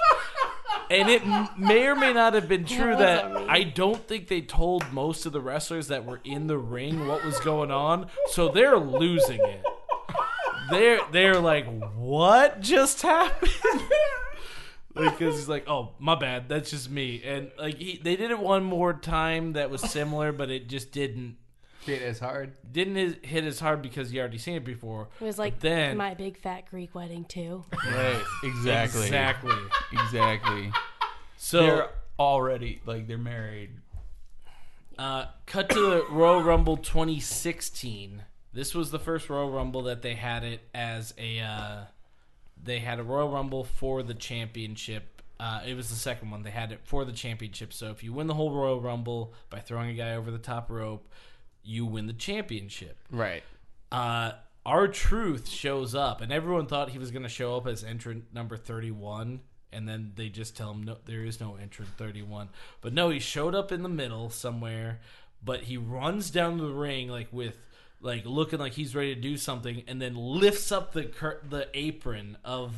A: And it m- may or may not have been true
D: one's
A: that
D: on me.
A: I don't think they told most of the wrestlers that were in the ring what was going on, so they're losing it. They're they're like, what just happened? because he's like, oh my bad, that's just me. And like he, they did it one more time that was similar, but it just didn't
B: It is hard.
A: didn't his, hit as hard because you already seen it before.
D: It was like
A: but then
D: my big fat Greek wedding too.
C: right. Exactly.
A: exactly.
C: Exactly.
A: So
C: They're already like they're married.
A: uh, cut to the Royal Rumble 2016. This was the first Royal Rumble that they had it as a. Uh, they had a Royal Rumble for the championship. Uh, it was the second one. They had it for the championship. So if you win the whole Royal Rumble by throwing a guy over the top rope, you win the championship.
B: Right.
A: uh our truth shows up and everyone thought he was going to show up as entrant number 31 and then they just tell him no there is no entrant 31 but no he showed up in the middle somewhere but he runs down the ring like with like looking like he's ready to do something and then lifts up the cur- the apron of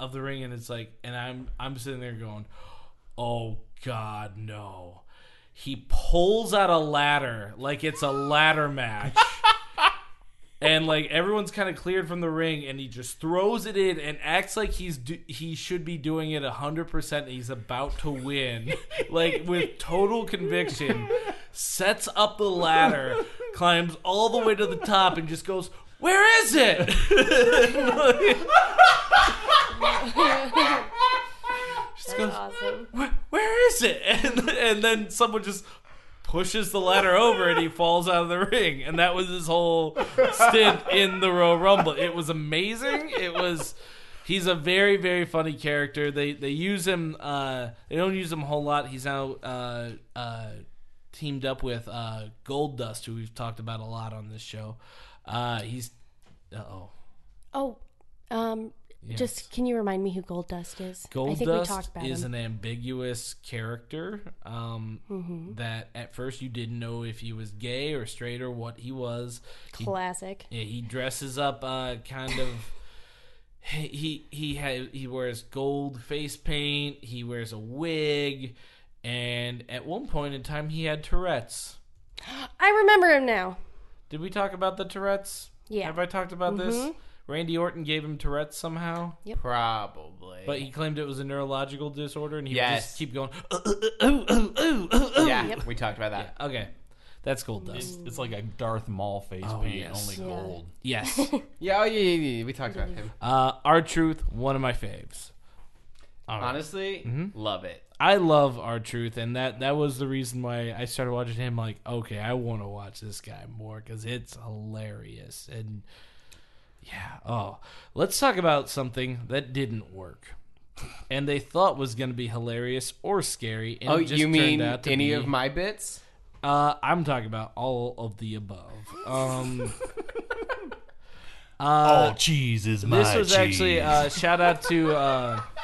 A: of the ring and it's like and I'm I'm sitting there going oh god no he pulls out a ladder like it's a ladder match and like everyone's kind of cleared from the ring and he just throws it in and acts like he's do- he should be doing it 100% and he's about to win like with total conviction sets up the ladder climbs all the way to the top and just goes where is it just goes,
D: awesome.
A: where, where is it? And, and then someone just pushes the ladder over and he falls out of the ring. And that was his whole stint in the Royal Rumble. It was amazing. It was. He's a very, very funny character. They they use him. Uh, they don't use him a whole lot. He's now uh, uh, teamed up with uh, Gold Dust, who we've talked about a lot on this show. Uh, he's uh oh,
D: Oh, um, just can you remind me who Gold Dust is? I
A: Gold
D: think we
A: Dust
D: talked about
A: is
D: him.
A: an ambiguous character um,
D: Mm-hmm.
A: that at first you didn't know if he was gay or straight or what he was. He,
D: Classic.
A: yeah, he dresses up uh, kind of. He he ha- he wears gold face paint. He wears a wig, and at one point in time, he had Tourette's.
D: I remember him now.
A: Did we talk about the Tourette's?
D: Yeah.
A: Have
D: Mm-hmm.
A: I talked about this? Randy Orton gave him Tourette's somehow,
B: Probably.
A: but he claimed it was a neurological disorder, and he would
B: Yes.
A: just keep going. "Uh, uh, uh, ooh, ooh, ooh, ooh, ooh."
B: yeah, we talked about that.
A: Okay, that's gold dust.
C: It's, it's like a Darth Maul face paint,
A: Oh, yes.
C: only
D: Yeah.
C: gold.
A: Yes,
B: Yeah, oh, yeah, yeah, yeah, we talked about him.
A: uh, our truth, one of my faves. All right.
B: Honestly, love it.
A: I love our truth, and that that was the reason why I started watching him. Like, okay, I want to watch this guy more because it's hilarious. And yeah, oh, let's talk about something that didn't work, and they thought was going to be hilarious or scary. And
B: Oh,
A: it just
B: you mean
A: turned out to
B: any
A: be-
B: of my bits?
A: Uh, I'm talking about all of the above. Um, uh,
C: oh, cheese is my
A: this was actually uh, shout out to. Uh,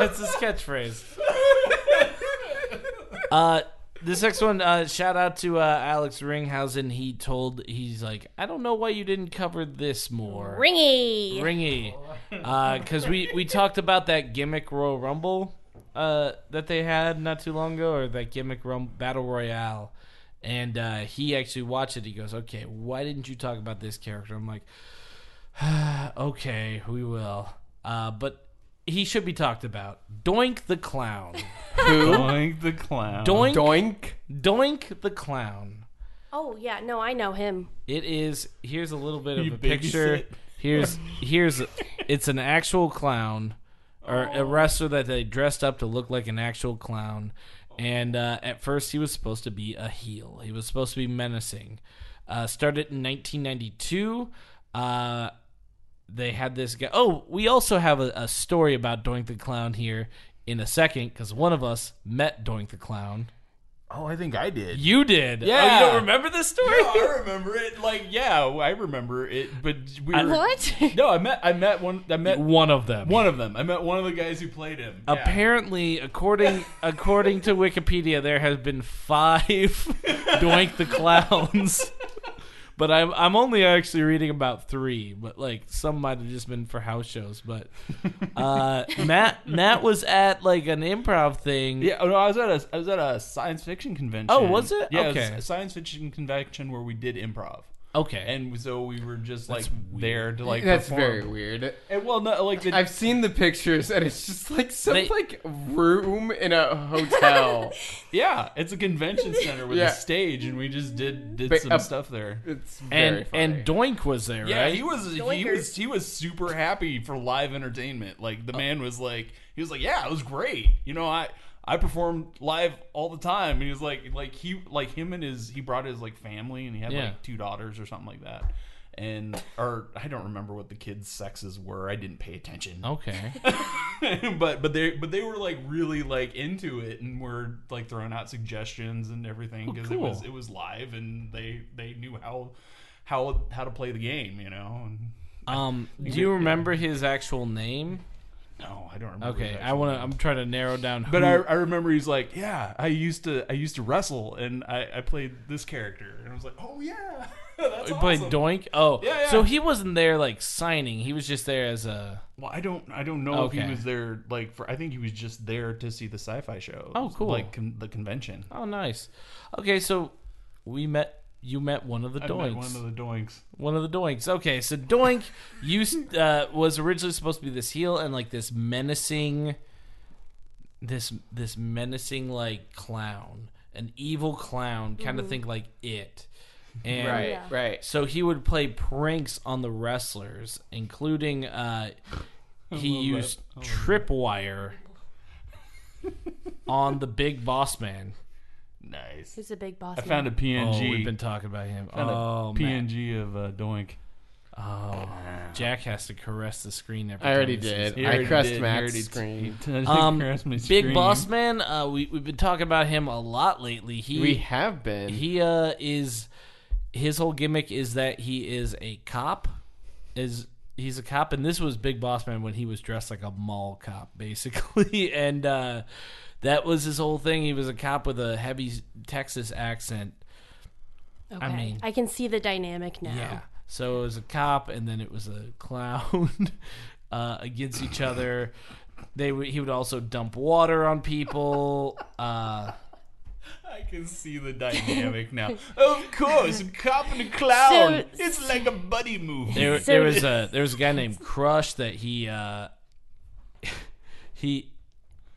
A: That's his catchphrase. Uh, this next one, uh, shout out to uh, Alex Ringhausen. He told, he's like, I don't know why you didn't cover this more.
D: Ringy.
A: Ringy. Because we, we talked about that gimmick Royal Rumble uh, that they had not too long ago, or that gimmick rum- Battle Royale. And uh, he actually watched it. He goes, Okay, why didn't you talk about this character? I'm like, Okay, we will. Uh, but he should be talked about. Doink the Clown.
B: Who?
C: Doink the clown.
A: Doink,
B: Doink.
A: Doink the Clown.
D: Oh yeah, no, I know him.
A: It is. Here's a little bit of
C: You
A: a picture.
C: babysit.
A: Here's here's. It's an actual clown, or a wrestler that they dressed up to look like an actual clown. And uh, at first, he was supposed to be a heel. He was supposed to be menacing. Uh, started in 1992. Uh, they had this guy. Oh, we also have a, a story about Doink the Clown here in a second because one of us met Doink the Clown.
E: Oh, I think I did.
A: You did. Oh,
C: Yeah.
A: you don't remember this story?
C: No, I remember it. Like, yeah, I remember it. But we were,
D: What?
C: No, I met. I met one. I met
A: One of them.
C: one of them. I met one of the guys who played him. Yeah.
A: Apparently, according according to Wikipedia, there has been five Doink the Clowns. But I'm I'm only actually reading about three, but like some might have just been for house shows. But uh, Matt Matt was at like an improv thing.
C: Yeah, oh, no, I was at a I was at a science fiction convention.
A: Oh, was it?
C: Yeah, it
A: Okay.
C: was a science fiction convention where we did improv,
A: Okay.
C: and so we were just like there to like.
B: That's
C: perform.
B: very weird.
C: And, well, no, like the,
B: I've seen the pictures, and it's just like some
A: They-
B: like room in a hotel.
C: yeah, it's a convention center with
B: Yeah.
C: a stage, and we just did did
B: Ba-
C: some
B: uh,
C: stuff there.
B: it's very
A: and
B: funny.
A: and Doink was there,
C: Yeah,
A: right?
C: he was he
D: Doinkers.
C: was he was super happy for live entertainment. Like the
A: Uh,
C: man was like he was like, Yeah, it was great. You know, I I perform live all the time and he was like like he like him and his he brought his like family and he had
A: Yeah.
C: like two daughters or something like that. And or I don't remember what the kids' sexes were. I didn't pay attention.
A: okay.
C: but but they but they were like really like into it and were like throwing out suggestions and everything because
A: Oh, cool.
C: it was it was live and they they knew how how how to play the game, you know. And,
A: Um, do you remember his actual name?
C: No, I don't remember.
A: Okay, I want to. I'm trying to narrow down. Who,
C: But I, I remember he's like, yeah, I used to I used to wrestle and I, I played this character and I was like, oh yeah, that's
A: We played
C: awesome.
A: Doink. Oh,
C: Yeah, yeah.
A: so he wasn't there like signing. He was just there as a.
C: Well, I don't I don't know if
A: Okay.
C: he was there like for I think he was just there to see the sci-fi show.
A: Oh, cool.
C: Like con- the convention.
A: Oh, nice. Okay, so we met. You met one of the
C: I met
A: Doinks.
C: one of the doinks.
A: One of the Doinks. Okay, so Doink, you s- uh, was originally supposed to be this heel and like this menacing, this this menacing like clown, an evil clown, kind
C: Mm-hmm.
A: of think like it, and
B: right,
D: Yeah.
B: right.
A: So he would play pranks on the wrestlers, including uh, he used tripwire on the big boss man.
C: Nice.
D: Who's the big boss?
C: I found a PNG.
A: Oh, we've been talking about him.
C: found a
A: Oh, man.
C: PNG of uh, doink.
A: Oh, Jack has to caress the screen. Every
B: I
A: time
B: already
A: he sees
B: did.
A: it.
B: I
C: already
B: crushed
C: did. He
B: Max's
C: already
B: screen.
A: Um,
C: Big
A: Big boss man. Uh, we we've been talking about him a lot lately. He
B: we have been.
A: he uh is his whole gimmick is that he is a cop is he's a cop and this was big boss man when he was dressed like a mall cop basically and uh that was his whole thing he was a cop with a heavy texas accent
D: Okay.
A: I mean-
D: I can see the dynamic now.
A: yeah Um, so it was a cop and then it was a clown uh against each other they would he would also dump water on people uh
C: I can see the dynamic now. Of course, cop and clown.
D: So-
C: it's like a buddy movie.
A: There,
D: So-
A: there was a there was a guy named Crush that he uh, he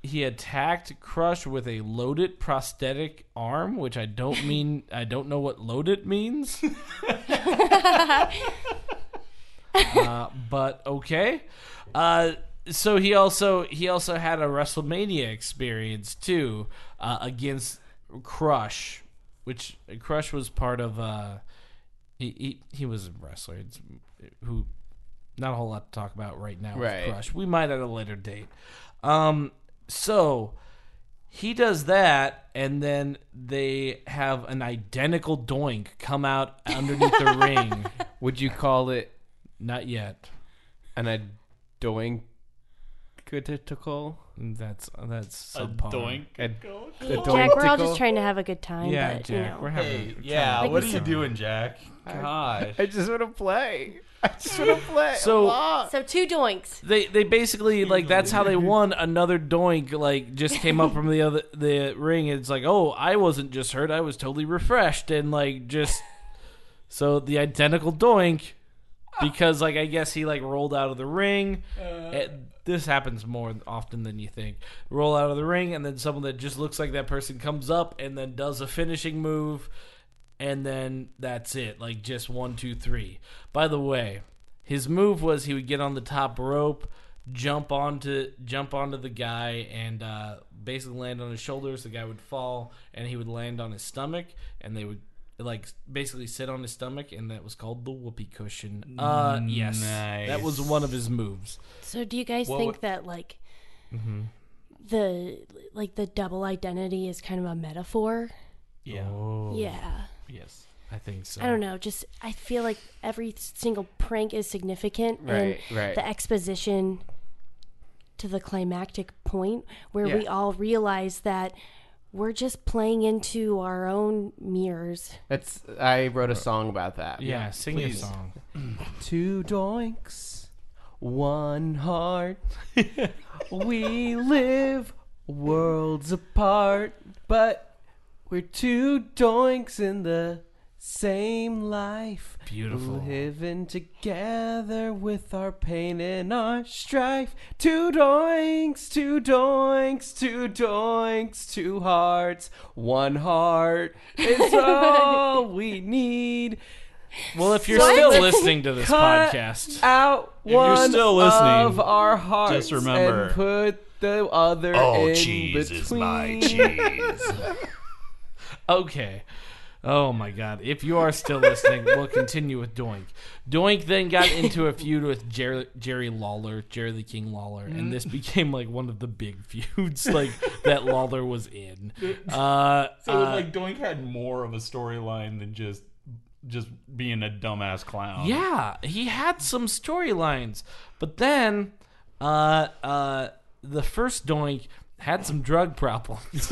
A: he attacked Crush with a loaded prosthetic arm, which I don't mean I don't know what loaded means. uh, but okay. Uh, so he also he also had a WrestleMania experience too uh, against Crush, which Crush was part of. Uh, he, he he was a wrestler it's, who not a whole lot to talk about right now with
B: Right.
A: crush we might at a later date um so he does that and then they have an identical doink come out underneath the ring
B: Would you call it
A: not yet
B: an adoinkutical?
A: that's that's
C: a
A: subpar.
C: doink.
B: A-
D: Jack, we're all
B: adoinktical?
D: just trying to have a good time.
A: yeah
D: but,
A: jack
D: You
A: we're
D: know.
A: having
C: yeah,
D: Like
C: what
D: a
C: are you
D: song.
C: doing, Jack? God.
B: I just want to play. I just want to play.
A: So-
B: Ah.
D: So two doinks.
A: they they basically like that's how they won another doink like just came up from the other the ring and it's like oh i wasn't just hurt i was totally refreshed and like just so the identical doink because like i guess he like rolled out of the ring
C: Uh.
A: Eh, this happens more often than you think roll out of the ring and then someone that just looks like that person comes up and then does a finishing move and then that's it. Like just one, two, three. By the way, his move was he would get on the top rope, jump onto jump onto the guy, and uh, basically land on his shoulders. The guy would fall, and he would land on his stomach, and they would like basically sit on his stomach, and that was called the whoopee cushion. Uh, yes, that was one of his moves.
D: So do you guys
C: Well,
D: think
C: what- Mm-hmm.
D: that like the like the double identity is kind of a metaphor?
C: Yeah.
D: Yeah.
C: Yes.
A: I think so.
D: I don't know. Just I feel like every single prank is significant,
B: Right,
D: and
B: right.
D: the exposition to the climactic point where we
B: Yeah.
D: all realize that we're just playing into our own mirrors.
B: That's I wrote a song about that.
A: Yeah, sing
C: please.
A: a song.
B: Two doinks, one heart. we live worlds apart, but we're two doinks in the same life.
A: Beautiful.
B: Living together with our pain and our strife. Two doinks, two doinks, two doinks, two hearts. One heart is all we need.
A: Well, if you're
D: What?
A: still listening to this
B: Cut.
A: podcast,
B: out
C: you're
B: one
C: still listening,
B: of our hearts.
C: just remember-
B: and put the other
E: All
B: in
E: cheese
B: between.
E: is Oh, my cheese.
A: Okay. Oh my god. If you are still listening, we'll continue with Doink. Doink then got into a feud with Jerry, Jerry Lawler, Jerry the King Lawler, and this became like one of the big feuds like that Lawler was in. Uh,
C: So it was
A: uh,
C: like Doink had more of a storyline than just just being a dumbass clown.
A: yeah, he had some storylines. But then uh uh the first Doink had some drug problems.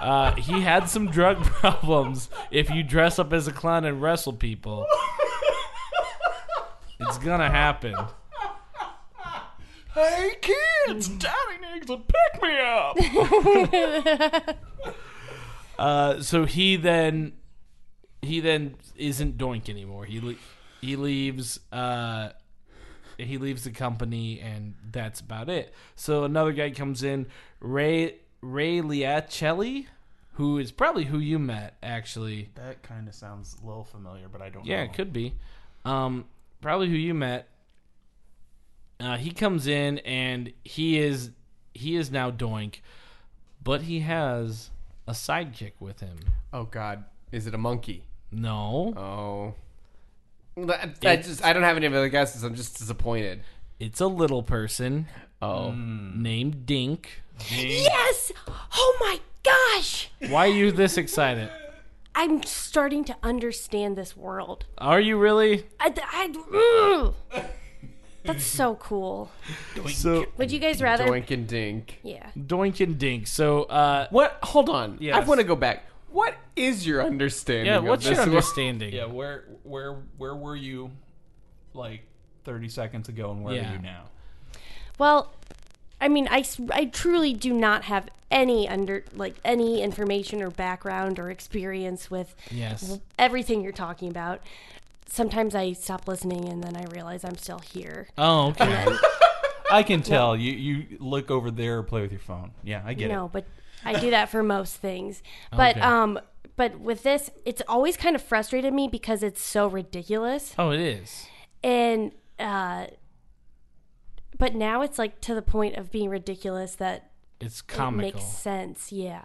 A: Uh, he had some drug problems. If you dress up as a clown and wrestle people, it's gonna happen.
C: Hey kids, daddy needs to pick me up.
A: Uh, so he then he then isn't Doink anymore. He le- he leaves uh, he leaves the company, and that's about it. So another guy comes in, Ray Ray Liacelli, who is probably who you met actually.
C: that kind of sounds a little familiar, but I don't
A: Yeah,
C: know.
B: Oh.
A: it could be. Um, probably who you met. Uh, he comes in and he is he is now Doink, but he has a sidekick with him.
B: Oh God, is it a monkey?
A: No,
B: Oh, I, I just I don't have any other guesses. I'm just disappointed.
A: it's a little person Mm.
B: Oh,
A: named Dink.
C: Mm.
D: Yes! Oh my gosh!
A: Why are you this excited?
D: I'm starting to understand this world.
A: Are you really?
D: I, I- mm. That's so cool.
A: So
D: Would you guys rather?
B: doink and dink.
D: Yeah.
A: Doink and Dink. So uh,
B: What? Hold on.
A: Yes.
B: I want to go back. What is your understanding?
A: yeah,
B: of
A: what's
B: this
A: your
B: world?
A: understanding?
C: Yeah, where where where were you like 30 seconds ago and where
A: Yeah.
C: are you now?
D: Well, I mean, I, s- I truly do not have any under like any information or background or experience with
A: Yes.
D: everything you're talking about. Sometimes I stop listening and then I realize I'm still here.
A: Oh, okay.
C: I can tell. You you look over there, play with your phone. Yeah, I get
D: No,
C: it.
D: but I do that for most things. But
A: Okay.
D: um but with this, it's always kind of frustrated me because it's so ridiculous.
A: Oh, it is.
D: And uh but now it's like to the point of being ridiculous that
A: It's
D: it
A: comical.
D: makes sense. Yeah.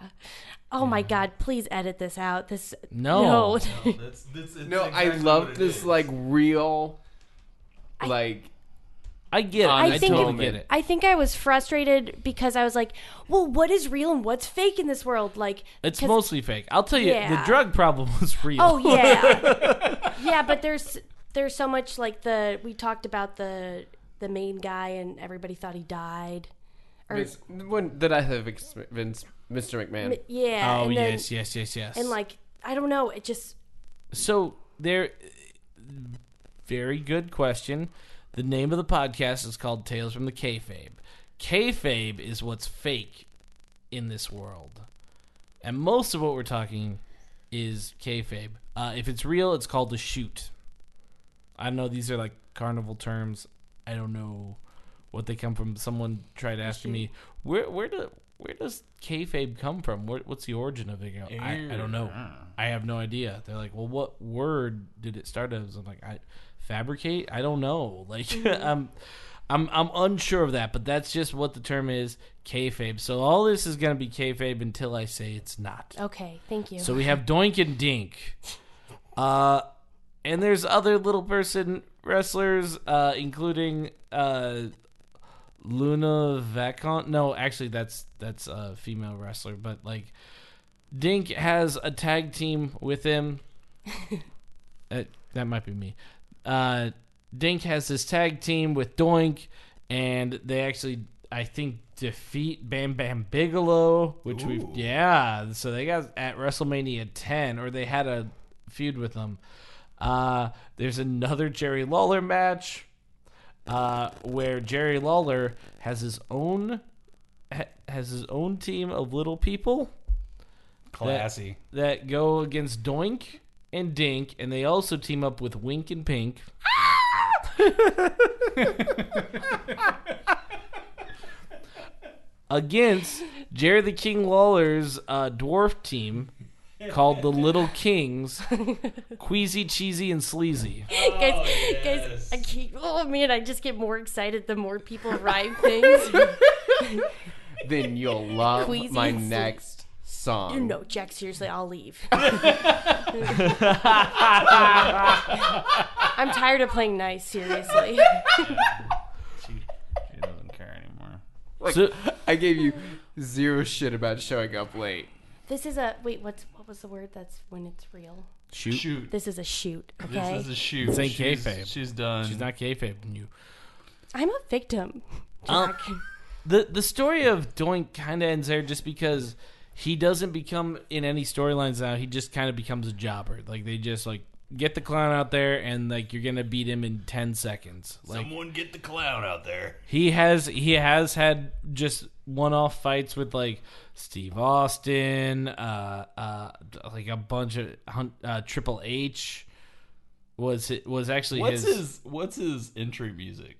D: Oh my god, please edit this out. This
A: No.
D: No.
C: That's, that's,
B: No, I love this like real, like
A: I get it.
B: I
A: I,
D: think
A: totally
B: it-
A: get it.
D: I think I was frustrated because I was like, well, what is real and what's fake in this world? Like
A: It's
D: 'cause-
A: mostly fake. I'll tell you, the
D: Yeah.
A: drug problem was real.
D: Oh yeah, yeah. But there's there's so much like the we talked about the the main guy and everybody thought he died. Or,
B: this one that I have experienced, Mr. McMahon.
D: yeah.
A: Oh,
D: and then,
A: yes, yes, yes, yes.
D: And like I don't know. It just
A: so there. Very good question. The name of the podcast is called Tales from the Kayfabe. Kayfabe is what's fake in this world, and most of what we're talking is kayfabe. Uh, if it's real, it's called a shoot. I know these are like carnival terms. I don't know what they come from. Someone tried asking me where where do where does kayfabe come from? Where, what's the origin of it? I, go, I, I don't know. I have no idea. They're like, well, what word did it start as? I'm like, I fabricate. I don't know. Like, I'm. I'm I'm unsure of that, but that's just what the term is, kayfabe. So all this is going to be kayfabe until I say it's not.
D: okay. Thank you.
A: So we have Doink and Dink. Uh, and there's other little person wrestlers, uh, including uh, Luna Vacant. No, actually, that's that's a female wrestler. But like, Dink has a tag team with him. that, that might be me. Uh, Dink has his tag team with Doink, and they actually, I think, defeat Bam Bam Bigelow, which we've yeah. So they got at WrestleMania 10, or they had a feud with them. Uh, there's another Jerry Lawler match uh, where Jerry Lawler has his own ha- has his own team of little people
C: Classy.
A: that go against Doink and Dink, and they also team up with Wink and Pink. against Jerry the King Lawler's uh, dwarf team called the Little Kings, Queasy, Cheesy, and Sleazy.
D: guys,
C: Oh,
D: guys, I keep, oh man, I just get more excited the more people rhyme things.
B: Then you'll love
D: Queasy
B: my
D: and sweet.
B: next song.
D: no, Jack, seriously, I'll leave. I'm tired of playing nice. Seriously.
C: She, she doesn't care anymore.
A: So,
B: I gave you zero shit about showing up late.
D: This is a wait. What's what was the word? That's when it's real.
A: shoot.
C: Shoot.
D: This is a shoot.
C: This
D: Okay.
C: is a shoot.
A: ain't
C: she's,
A: kayfabe.
C: she's done.
A: She's not kayfabing you.
D: I'm a victim.
C: Oh.
A: Um,
D: Jack.
A: the the story of Doink kind of ends there just because he doesn't become in any storylines now. He just kind of becomes a jobber. Like they just like get the clown out there and like you're gonna beat him in ten seconds. Like
E: Someone get the clown out there.
A: he has he has had just one off fights with like Steve Austin, uh, uh, like a bunch of hun- uh, Triple H. Was it was actually
C: What's
A: his
C: his What's his entry music?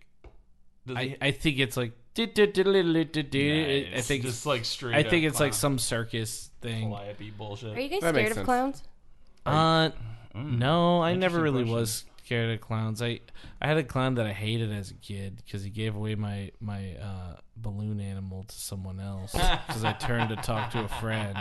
C: Does
A: I,
C: he-
A: I think it's like I
C: Nice.
A: think
C: just like straight.
A: I think
C: up
A: it's like some
C: clown
A: circus thing.
C: Calliope bullshit.
D: Are you guys
B: That makes
D: scared of
B: sense.
D: clowns?
A: Uh, no, I never
C: interesting
A: really
C: question.
A: was scared of clowns. I I had a clown that I hated as a kid because he gave away my my uh, balloon animal to someone else because I turned to talk to a friend.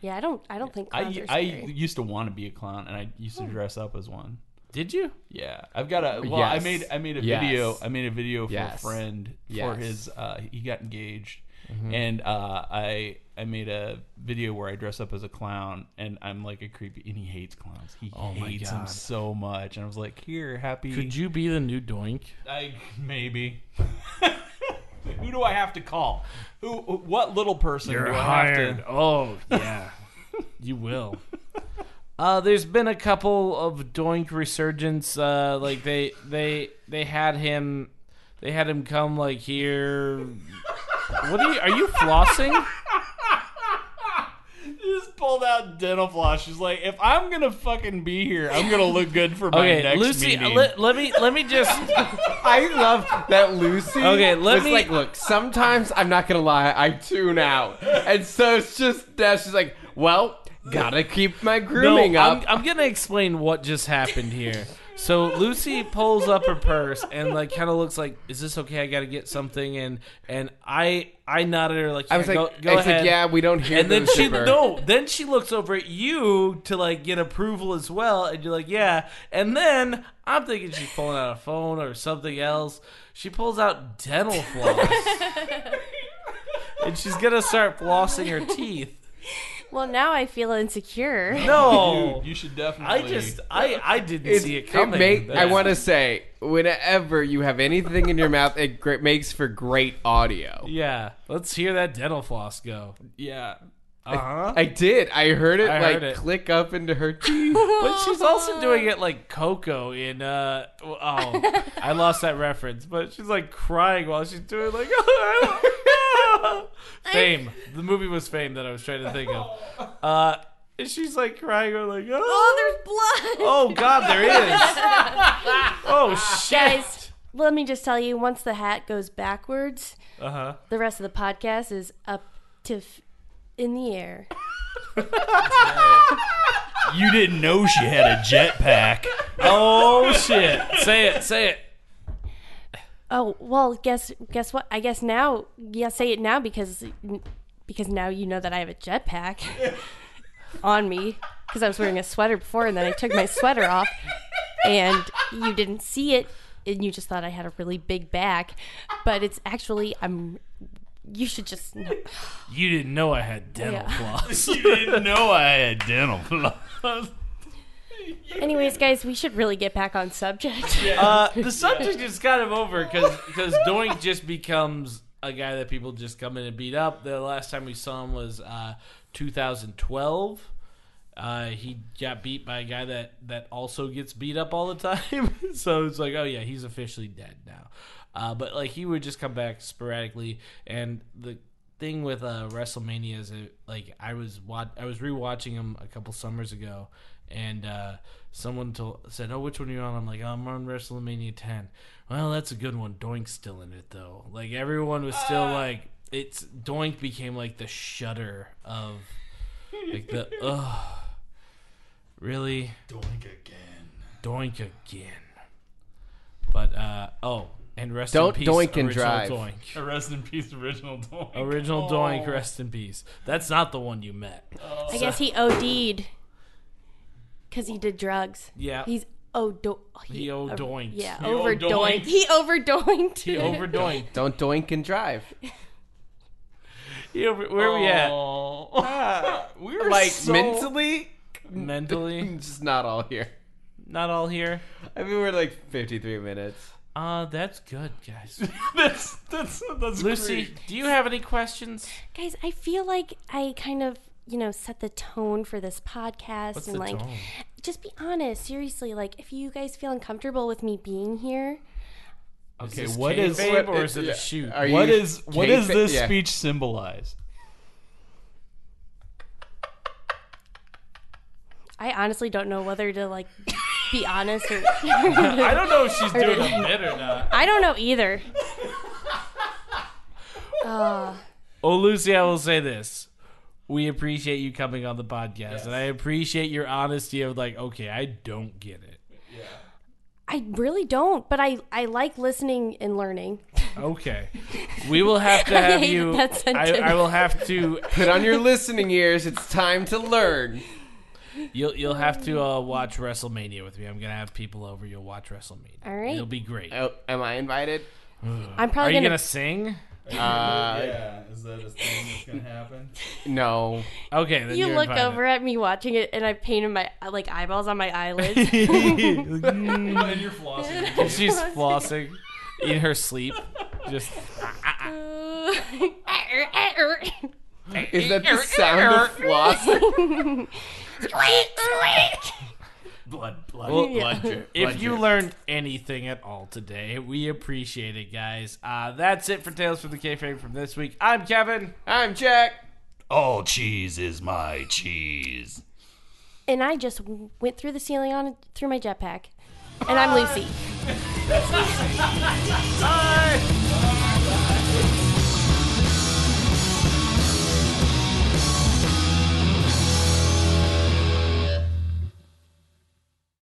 D: Yeah, I don't. I don't think clowns
C: I
D: are
C: I
D: scary.
C: used to want to be a clown, and I used
D: Hmm.
C: to dress up as one.
A: Did you?
C: Yeah, I've got a. Well, I
B: Yes.
C: made I made a
B: Yes.
C: video. I made a video for
B: Yes.
C: a friend for
B: Yes.
C: his. Uh, he got engaged,
A: Mm-hmm.
C: and uh, I I made a video where I dress up as a clown, and I'm like a creepy, and he hates clowns. He
A: Oh my
C: hates them
A: God.
C: so much, and I was like, here, happy.
A: Could you be the new Doink?
C: I maybe. Who do I have to call? Who? What little person do I have to?
A: Oh yeah, you will. Uh, there's been a couple of Doink resurgence. Uh, like they they they had him. They had him come like here. What are you? Are you flossing?
C: just pulled out dental floss. She's like, if I'm gonna fucking be here, I'm gonna look good for my
A: Okay,
C: next
A: Lucy.
C: meeting.
A: Let, let me let me just.
B: I love that Lucy.
A: Okay, let
B: was
A: me-
B: like, look. Sometimes I'm not gonna lie, I tune out, and so it's just that she's like, well, gotta keep my
A: No,
B: grooming up.
A: I'm, I'm gonna explain what just happened here. So Lucy pulls up her purse and like kind of looks like, "Is this okay? I gotta get something." And and I I nodded her like,
B: I was
A: "Yeah, go,
B: like,
A: go
B: I was
A: ahead."
B: like, yeah, we don't hear.
A: and then
B: those
A: she
B: super-
A: no then she looks over at you to like get approval as well and you're like yeah and then i'm thinking she's pulling out a phone or something else she pulls out dental floss and she's gonna start flossing her teeth
D: Well, now I feel insecure.
A: no
C: you should definitely.
A: i just i i didn't
B: It's-
A: see it
B: it
A: coming
B: make- I
A: That's-
B: want to say, whenever you have anything in your mouth, it gr- makes for great audio.
A: yeah let's hear that dental floss go
C: yeah.
A: uh-huh
B: I did. I heard it
A: I
B: like
A: heard it.
B: click up into her teeth.
A: but she's also doing it like Coco in uh oh I lost that reference, but she's like crying while she's doing like Fame. The movie was Fame that I was trying to think of. Uh and she's like crying or like oh,
F: Oh, there's blood.
A: oh god there is. Oh shit.
D: Guys, let me just tell you once the hat goes backwards,
A: Uh-huh.
D: the rest of the podcast is up to f- in the air.
C: You didn't know she had a jetpack.
A: Oh shit. Say it, say it.
D: Oh, well, guess guess what? I guess now, yeah, say it now because because now you know that I have a jetpack on me because I was wearing a sweater before and then I took my sweater off and you didn't see it and you just thought I had a really big back, but it's actually I'm you should just know.
A: You didn't know I had dental
D: Yeah.
A: floss.
E: You didn't know I had dental floss.
D: Anyways, guys, we should really get back on subject.
A: Uh, the subject is kind of over because Doink just becomes a guy that people just come in and beat up. The last time we saw him was uh, 2012. Uh, he got beat by a guy that, that also gets beat up all the time. so it's like, oh yeah, he's officially dead now. Uh, but like he would just come back sporadically, and the thing with uh, WrestleMania is it, like I was wa- I was rewatching him a couple summers ago, and uh, someone told said, "Oh, which one are you on?" I'm like, "I'm on WrestleMania 10." Well, that's a good one. Doink's still in it though. Like everyone was still like, it's Doink became like the shudder of like the ugh, really
E: Doink again.
A: Doink again. But uh oh, and rest
B: Don't
A: in peace,
B: doink and
A: original
B: drive.
A: Doink.
C: Rest in peace, original Doink.
A: Original Doink, rest in peace. That's not the one you met.
D: I guess he OD'd because he did drugs.
A: Yeah,
D: He's odo-
A: He odoinked.
D: Yeah,
A: He
D: overdoinked.
C: odoinked.
D: He overdoinked.
A: he over Doink.
B: Don't doink and drive.
A: He over- where are we at
C: we were
B: Like
C: so-
B: mentally,
A: mentally?
B: just not all here.
A: Not all here.
B: I mean, we're like 53 minutes.
A: Uh, that's good, guys.
C: That's that's that's
A: Lucy,
C: great.
A: do you have any questions?
D: Guys, I feel like I kind of, you know, set the tone for this podcast and like just be honest, seriously, like if you guys feel uncomfortable with me being here,
C: Okay,
A: this
C: what is
A: kayfabe or is it
B: Yeah.
A: a shoot?
B: Are
C: what
B: you
C: is what does
B: kayfa-
C: this
B: yeah.
C: speech symbolize?
D: I honestly don't know whether to like be honest or
A: I don't know if she's doing a bit or not.
D: I don't know either.
A: Oh, Lucy, I will say this. We appreciate you coming on the podcast, and I appreciate your honesty of like, okay, I don't get it.
D: I really don't, but I I like listening and learning.
A: Okay, we will have to have
D: hate
A: you.
D: that
A: I,
D: sentence.
A: I will have to.
B: Put on your listening ears. It's time to learn.
A: You'll you'll have to uh, watch WrestleMania with me. I'm gonna have people over. You'll watch WrestleMania.
D: All right.
A: it'll be great.
B: Oh, am I invited?
D: I'm
A: Are
D: probably
A: you
D: going
A: gonna
D: to
A: sing?
B: Uh,
C: Yeah, is that a thing that's gonna happen?
B: no.
A: Okay, then
D: you
A: you're
D: look
A: invited.
D: over at me watching it and I painted my like eyeballs on my eyelids.
C: and you're flossing.
A: She's flossing in her sleep. Just
B: Is that the sound of floss?
E: Blood, blood,
A: Well,
E: blood drip.
A: If
E: blood
A: you
E: drip.
A: learned anything at all today, we appreciate it, guys. Uh, that's it for Tales from the K-Frame from this week. I'm Kevin.
B: I'm Jack.
E: all cheese is my cheese.
D: And I just w- went through the ceiling on through my jetpack. And I'm Lucy.
E: Bye.